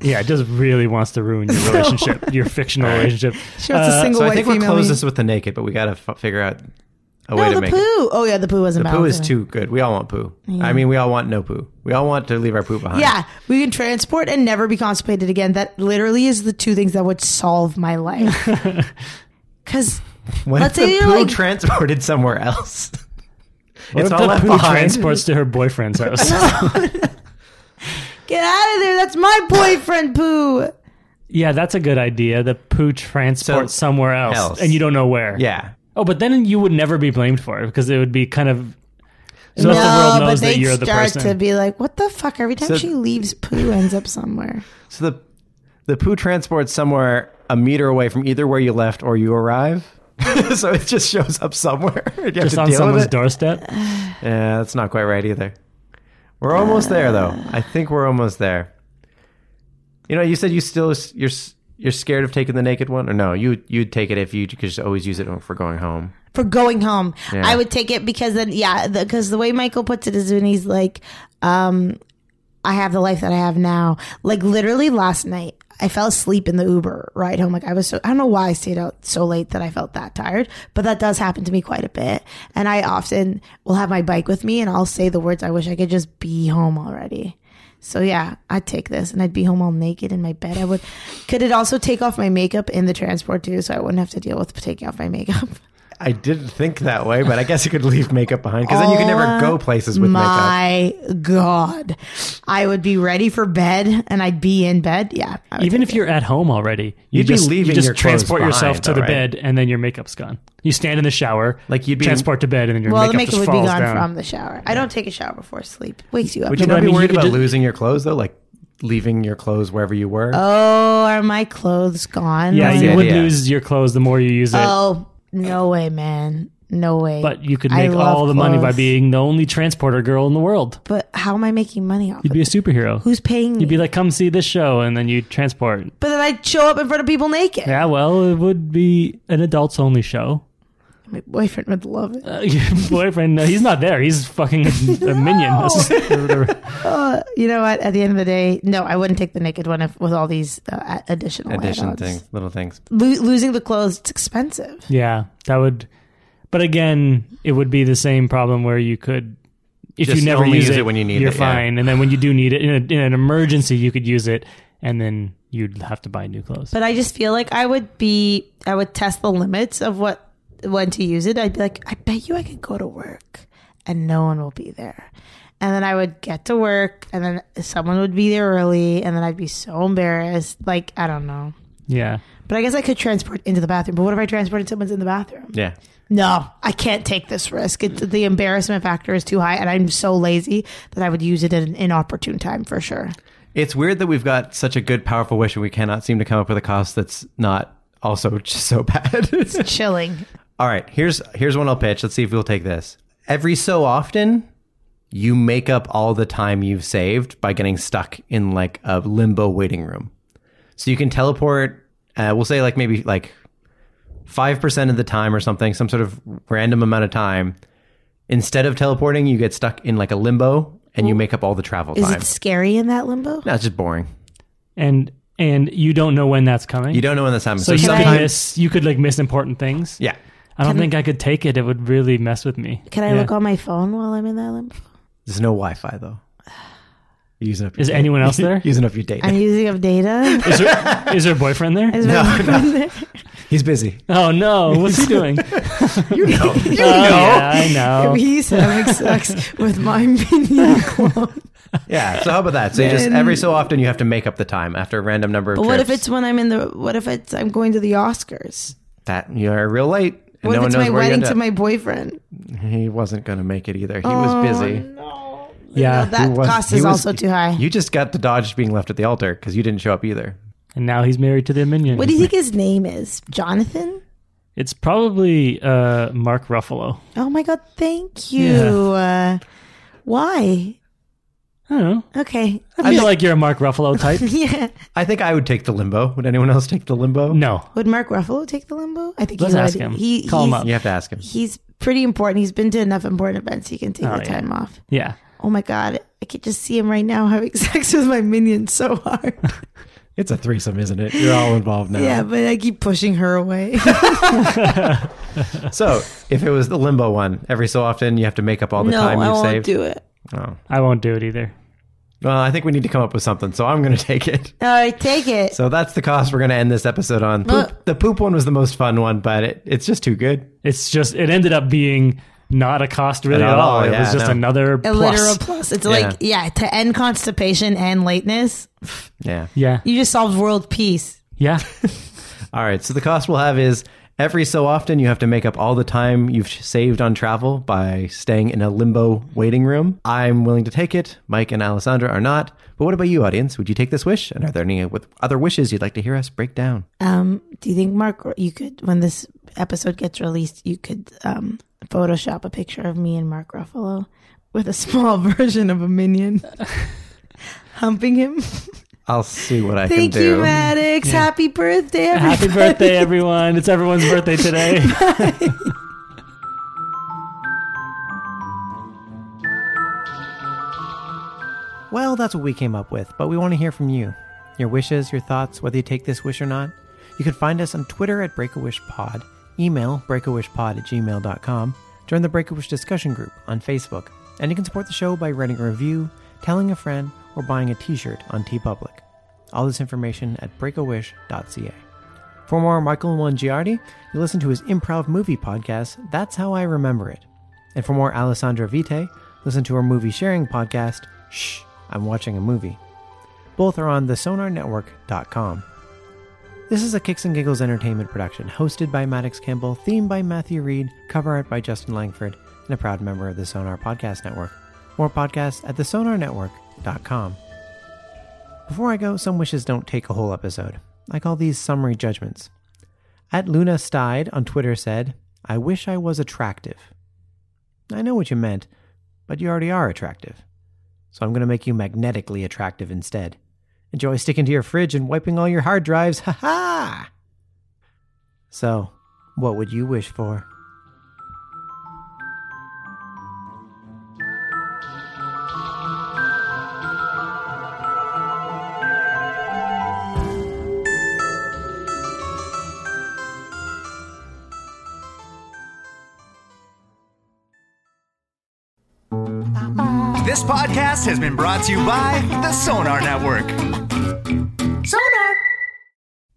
Speaker 2: Yeah, it just really wants to
Speaker 3: [LAUGHS]
Speaker 2: ruin your relationship,
Speaker 1: [LAUGHS]
Speaker 2: your fictional relationship.
Speaker 3: she wants a
Speaker 2: Uh,
Speaker 3: single
Speaker 1: so
Speaker 3: white
Speaker 1: I think we'll
Speaker 3: female.
Speaker 1: close
Speaker 3: me.
Speaker 1: this with the naked, but we got to f- figure out a way
Speaker 3: no,
Speaker 1: to
Speaker 3: the
Speaker 1: make
Speaker 3: poo.
Speaker 1: it.
Speaker 3: Oh yeah, the poo wasn't.
Speaker 1: The poo is
Speaker 3: balanced.
Speaker 1: too good. We all want poo. I mean, we all want no poo. We all want to leave our poo behind.
Speaker 3: Yeah, we can transport and never be constipated again. That literally is the two things that would solve my life.
Speaker 2: [LAUGHS]
Speaker 3: [LAUGHS] Because
Speaker 1: What
Speaker 3: Let's
Speaker 1: if
Speaker 3: say
Speaker 1: the
Speaker 3: you're,
Speaker 1: poo
Speaker 3: like-
Speaker 1: transported somewhere else?
Speaker 2: [LAUGHS] what
Speaker 1: it's
Speaker 2: if
Speaker 1: all
Speaker 2: the
Speaker 1: left
Speaker 2: poo
Speaker 1: behind.
Speaker 2: transports to her
Speaker 3: [LAUGHS]
Speaker 2: boyfriend's house.
Speaker 3: get out of there, that's my boyfriend poo.
Speaker 2: yeah, that's a good idea. The poo transports
Speaker 1: So-
Speaker 2: somewhere else,
Speaker 1: else.
Speaker 2: and you don't know where.
Speaker 1: [LAUGHS] yeah.
Speaker 2: Oh, but then you would never be blamed for it because it would be kind of. So
Speaker 3: no,
Speaker 2: the world
Speaker 3: but
Speaker 2: knows
Speaker 3: they
Speaker 2: that you're the
Speaker 3: start
Speaker 2: person.
Speaker 3: to be like, what the fuck? Every time
Speaker 1: So-
Speaker 3: she leaves, poo ends up somewhere.
Speaker 1: So the the poo transports somewhere a meter away from either where you left or you arrive. [LAUGHS] so it just shows up somewhere. [LAUGHS] You have
Speaker 2: just
Speaker 1: to
Speaker 2: on
Speaker 1: deal with
Speaker 2: someone's
Speaker 1: it.
Speaker 2: doorstep.
Speaker 1: Yeah, that's not quite right either. We're almost there though. I think we're almost there. You know, you said you still you're s- you're scared of taking the naked one, or no? You you'd take it if you could just always use it for going home.
Speaker 3: for going home.
Speaker 1: Yeah.
Speaker 3: I would take it because then, yeah, because the, way Michael puts it is when he's like, um, I have the life that I have now. Like literally last night, I fell asleep in the Uber ride home. Like I was so, I don't know why I stayed out so late that I felt that tired, but that does happen to me quite a bit. And I often will have my bike with me and I'll say the words, I wish I could just be home already. So yeah, I'd take this and I'd be home all naked in my bed. I would, could it also take off my makeup in the transport too? So I wouldn't have to deal with taking off my makeup.
Speaker 1: I didn't think that way, but I guess you could leave makeup behind because then you can never go places with makeup.
Speaker 3: Oh My God. I would be ready for bed and I'd be in bed. Yeah. I would
Speaker 2: Even
Speaker 3: take
Speaker 2: if you're at home already, you
Speaker 1: You'd be
Speaker 2: just,
Speaker 1: leaving
Speaker 2: you just
Speaker 1: your clothes
Speaker 2: transport yourself
Speaker 1: behind,
Speaker 2: to
Speaker 1: though,
Speaker 2: the
Speaker 1: right?
Speaker 2: bed, and then your makeup's gone. You stand in the shower,
Speaker 1: Like, you'd be-
Speaker 2: transport to bed, and then
Speaker 3: it.
Speaker 2: your
Speaker 3: well,
Speaker 2: makeup
Speaker 3: the makeup
Speaker 2: just
Speaker 3: would be
Speaker 2: falls
Speaker 3: gone
Speaker 2: down.
Speaker 3: from the shower. I don't take a shower before sleep. Wakes you up.
Speaker 1: Would you
Speaker 2: No,
Speaker 1: not
Speaker 2: but I
Speaker 1: be
Speaker 2: mean, you
Speaker 1: worried
Speaker 2: could
Speaker 1: about
Speaker 2: just-
Speaker 1: losing your clothes though, like leaving your clothes wherever you were?
Speaker 3: oh, are my clothes gone?
Speaker 2: yeah,
Speaker 3: Like-
Speaker 1: the
Speaker 2: you would
Speaker 1: idea.
Speaker 2: lose your clothes the more you use it.
Speaker 3: oh, no way, man. No way.
Speaker 2: but you could
Speaker 3: I
Speaker 2: make
Speaker 3: love
Speaker 2: all the money by
Speaker 3: clothes.
Speaker 2: being the only transporter girl in the world.
Speaker 3: But how am I making money off
Speaker 2: You'd
Speaker 3: it?
Speaker 2: be a superhero.
Speaker 3: Who's paying me?
Speaker 2: You'd be like, come see this show, and then you transport.
Speaker 3: but then I'd show up in front of people naked.
Speaker 2: Yeah, well, it would be an adults only show.
Speaker 3: My boyfriend would love it.
Speaker 2: Uh, [LAUGHS] your boyfriend, no, he's not there. He's fucking a, a minion.
Speaker 3: [LAUGHS] Uh, you know what? At the end of the day, no, I wouldn't take the naked one if, with all these uh, a- additional
Speaker 1: Addition
Speaker 3: add-ons.
Speaker 1: things, little things.
Speaker 3: lo- losing the clothes it's expensive
Speaker 2: yeah, that would. But again, it would be the same problem where you could, if
Speaker 1: Just
Speaker 2: you never
Speaker 1: only
Speaker 2: use,
Speaker 1: use
Speaker 2: it,
Speaker 1: it when you need
Speaker 2: you're
Speaker 1: it, yeah.
Speaker 2: fine. And then when you do need it in, a, in an emergency, you could use it, and then you'd have to buy new clothes.
Speaker 3: but i just feel like i would be i would test the limits of what when to use it i'd be like i bet you i could go to work and no one will be there and then i would get to work and then someone would be there early and then i'd be so embarrassed like i don't know
Speaker 2: yeah,
Speaker 3: but i guess i could transport into the bathroom but what if i transported someone's in the bathroom
Speaker 1: Yeah.
Speaker 3: no i can't take this risk it's, the embarrassment factor is too high and i'm so lazy that i would use it at an inopportune time for sure
Speaker 1: It's weird that we've got such a good, powerful wish and we cannot seem to come up with a cost that's not also [LAUGHS] just so bad.
Speaker 3: chilling
Speaker 1: All right, here's here's one I'll pitch. Let's see if we'll take this. Every so often, you make up all the time you've saved by getting stuck in like a limbo waiting room. So you can teleport. Uh, we'll say like maybe like five percent of the time or something, some sort of random amount of time. Instead of teleporting, you get stuck in like a limbo and you make up all the travel
Speaker 3: Is
Speaker 1: time.
Speaker 3: it scary in that limbo?
Speaker 1: No, it's just boring.
Speaker 2: and and you don't know when that's coming.
Speaker 1: You don't know when that's happening.
Speaker 2: so you
Speaker 3: sometimes-
Speaker 2: could miss, you could like miss important things.
Speaker 1: yeah.
Speaker 2: I don't think I could take it. It would really mess with me.
Speaker 3: Can I
Speaker 1: [LAUGHS]
Speaker 2: Yeah.
Speaker 3: look on my phone while I'm in that limbo?
Speaker 1: [SIGHS] There's no Wi-Fi though. You're using up. Your
Speaker 2: Is anyone
Speaker 1: [LAUGHS]
Speaker 2: else there?
Speaker 1: using up your data?
Speaker 3: I'm using
Speaker 1: [LAUGHS]
Speaker 3: up data.
Speaker 2: Is there, is there a boyfriend there?
Speaker 3: Is my boyfriend there?
Speaker 1: He's busy.
Speaker 2: Oh no, what's
Speaker 3: [LAUGHS]
Speaker 2: he doing? you know, you
Speaker 1: know.
Speaker 2: yeah, I know.
Speaker 3: He's having
Speaker 1: [LAUGHS]
Speaker 3: sex with my minion clone.
Speaker 1: Yeah. So how about that? So you just every so often you have to make up the time after a random number of
Speaker 3: But what if
Speaker 1: trips.
Speaker 3: it's when I'm in the? What if it's I'm going to the Oscars?
Speaker 1: that you're real late and no
Speaker 3: What if
Speaker 1: one
Speaker 3: it's
Speaker 1: knows
Speaker 3: my
Speaker 1: where you
Speaker 3: wedding
Speaker 1: end
Speaker 3: to
Speaker 1: up?
Speaker 3: my boyfriend?
Speaker 1: He wasn't going to make it either. He was busy.
Speaker 3: Oh, No.
Speaker 2: Yeah,
Speaker 3: No, that
Speaker 1: He was-
Speaker 3: cost
Speaker 1: he
Speaker 3: is
Speaker 1: was-
Speaker 3: also too high.
Speaker 1: [LAUGHS] You just got to dodge being left at the altar because you didn't show up either.
Speaker 2: And now he's married to the minion.
Speaker 3: what do you think his name is? Jonathan?
Speaker 2: It's probably uh, Mark Ruffalo.
Speaker 3: Oh my god! Thank you. Uh, why?
Speaker 2: I don't know.
Speaker 3: Okay. [LAUGHS]
Speaker 2: I feel like you're a Mark Ruffalo [LAUGHS] type.
Speaker 3: yeah.
Speaker 1: I think I would take the limbo. Would anyone else take the limbo?
Speaker 2: no.
Speaker 3: Would Mark Ruffalo take the limbo? I think
Speaker 2: Let's
Speaker 3: he would.
Speaker 2: ask him.
Speaker 3: He,
Speaker 2: Call him
Speaker 3: he's-
Speaker 2: up.
Speaker 1: You have to ask him.
Speaker 3: He's pretty important. He's been to enough important events. He can take
Speaker 2: Oh,
Speaker 3: the
Speaker 2: yeah.
Speaker 3: time off.
Speaker 2: Yeah.
Speaker 3: Oh my god! I could just see him right now having [LAUGHS] sex with my minion so hard.
Speaker 1: It's a threesome, isn't it? You're all involved now.
Speaker 3: Yeah, but I keep pushing her away.
Speaker 1: So if it was the limbo one, every so often you have to make up all the
Speaker 3: no,
Speaker 1: time
Speaker 3: I
Speaker 1: you've
Speaker 3: won't
Speaker 1: saved.
Speaker 3: do it.
Speaker 1: oh.
Speaker 2: I won't do it either.
Speaker 1: Well, I think we need to come up with something, so I'm going to [LAUGHS] take it.
Speaker 3: All right, take it.
Speaker 1: So that's the cost we're going to end this episode on. Poop,
Speaker 3: Uh.
Speaker 1: the poop one was the most fun one, but it, it's just too good.
Speaker 2: It's just it ended up being not a cost really
Speaker 1: Not
Speaker 2: at
Speaker 1: at
Speaker 2: all.
Speaker 1: all,
Speaker 2: It
Speaker 1: yeah,
Speaker 2: was just
Speaker 1: no.
Speaker 2: another
Speaker 3: a
Speaker 2: plus.
Speaker 3: literal plus. It's like yeah, to end constipation and lateness.
Speaker 1: Yeah.
Speaker 2: Yeah.
Speaker 3: You just solved world peace.
Speaker 2: [LAUGHS] Yeah.
Speaker 1: All right. So the cost we'll have is every so often you have to make up all the time you've saved on travel by staying in a limbo waiting room. I'm willing to take it. Mike and Alessandra are not. But what about you, audience? Would you take this wish? And are there any with- other wishes you'd like to hear us break down?
Speaker 3: Um, do you think Mark, you could when this episode gets released, you could um Photoshop a picture of me and Mark Ruffalo with a [LAUGHS] small version of a minion [LAUGHS] humping him?
Speaker 1: I'll see what I
Speaker 3: Thank
Speaker 1: can do.
Speaker 3: you, Maddox. Happy birthday, everybody.
Speaker 2: [LAUGHS] Happy birthday, everyone. It's everyone's birthday [LAUGHS] today.
Speaker 1: Well, that's what we came up with, but we want to hear from you. Your wishes, your thoughts, whether you take this wish or not. You can find us on Twitter at BreakAWishPod, email breakawishpod at gmail.com, join the Break a Wish discussion group on Facebook, and you can support the show by writing a review, telling a friend, or buying a t shirt on TeePublic. All this information at breakawish.ca. For more Michael Mongiardi, you listen to his improv movie podcast, That's How I Remember It. And for more Alessandra Vite, listen to her movie sharing podcast, Shh, I'm Watching a Movie. Both are on thesonarnetwork.com. This is a Kicks and Giggles entertainment production, hosted by Maddox Campbell, theme by Matthew Reed, cover art by Justin Langford, and a proud member of the Sonar Podcast Network. More podcasts at thesonarnetwork.com. Before I go, some wishes don't take a whole episode. I call these summary judgments. At Luna Stide on Twitter said, I wish I was attractive. I know what you meant, but you already are attractive. So I'm going to make you magnetically attractive instead. Enjoy sticking to your fridge and wiping all your hard drives. [LAUGHS] Ha ha! So, what would you wish for?
Speaker 4: This podcast has been brought to you by the Sonar Network.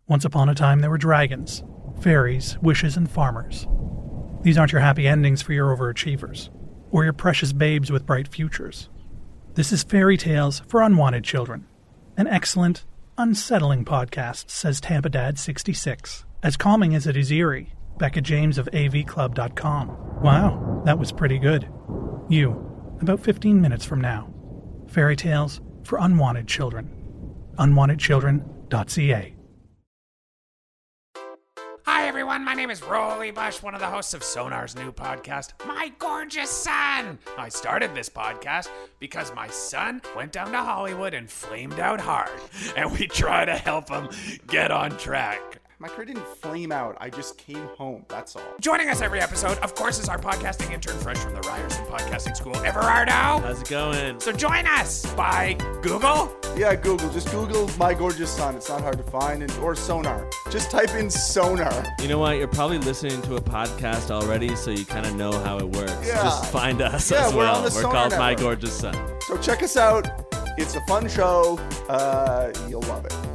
Speaker 5: Once upon a time, there were dragons, fairies, wishes, and farmers. These aren't your happy endings for your overachievers, or your precious babes with bright futures. This is Fairy Tales for Unwanted Children, an excellent, unsettling podcast, says Tampa Dad 66. As calming as it is eerie, Becca James of AVClub.com. Wow, that was pretty good. You, about 15 minutes from now. Fairy Tales for Unwanted Children. UnwantedChildren.ca.
Speaker 6: Hi, everyone. My name is Rolly Bush, one of the hosts of Sonar's new podcast, My Gorgeous Son. I started this podcast because my son went down to Hollywood and flamed out hard, and we try to help him get on track.
Speaker 7: My career didn't flame out. I just came home. That's all.
Speaker 6: Joining us every episode, of course, is our podcasting intern, fresh from the Ryerson Podcasting School, Everardo. How's it going? So join us by Google.
Speaker 7: Yeah, Google. Just Google my gorgeous son. It's not hard to find. And, or sonar. Just type in sonar.
Speaker 8: You know what? You're probably listening to a podcast already, so you kind of know how it works.
Speaker 7: Yeah.
Speaker 8: Just find us
Speaker 7: Yeah,
Speaker 8: as
Speaker 7: we're on
Speaker 8: well.
Speaker 7: the
Speaker 8: we're
Speaker 7: Sonar
Speaker 8: called My
Speaker 7: Network.
Speaker 8: Gorgeous Son.
Speaker 7: So check us out It's a fun show. Uh, you'll love it.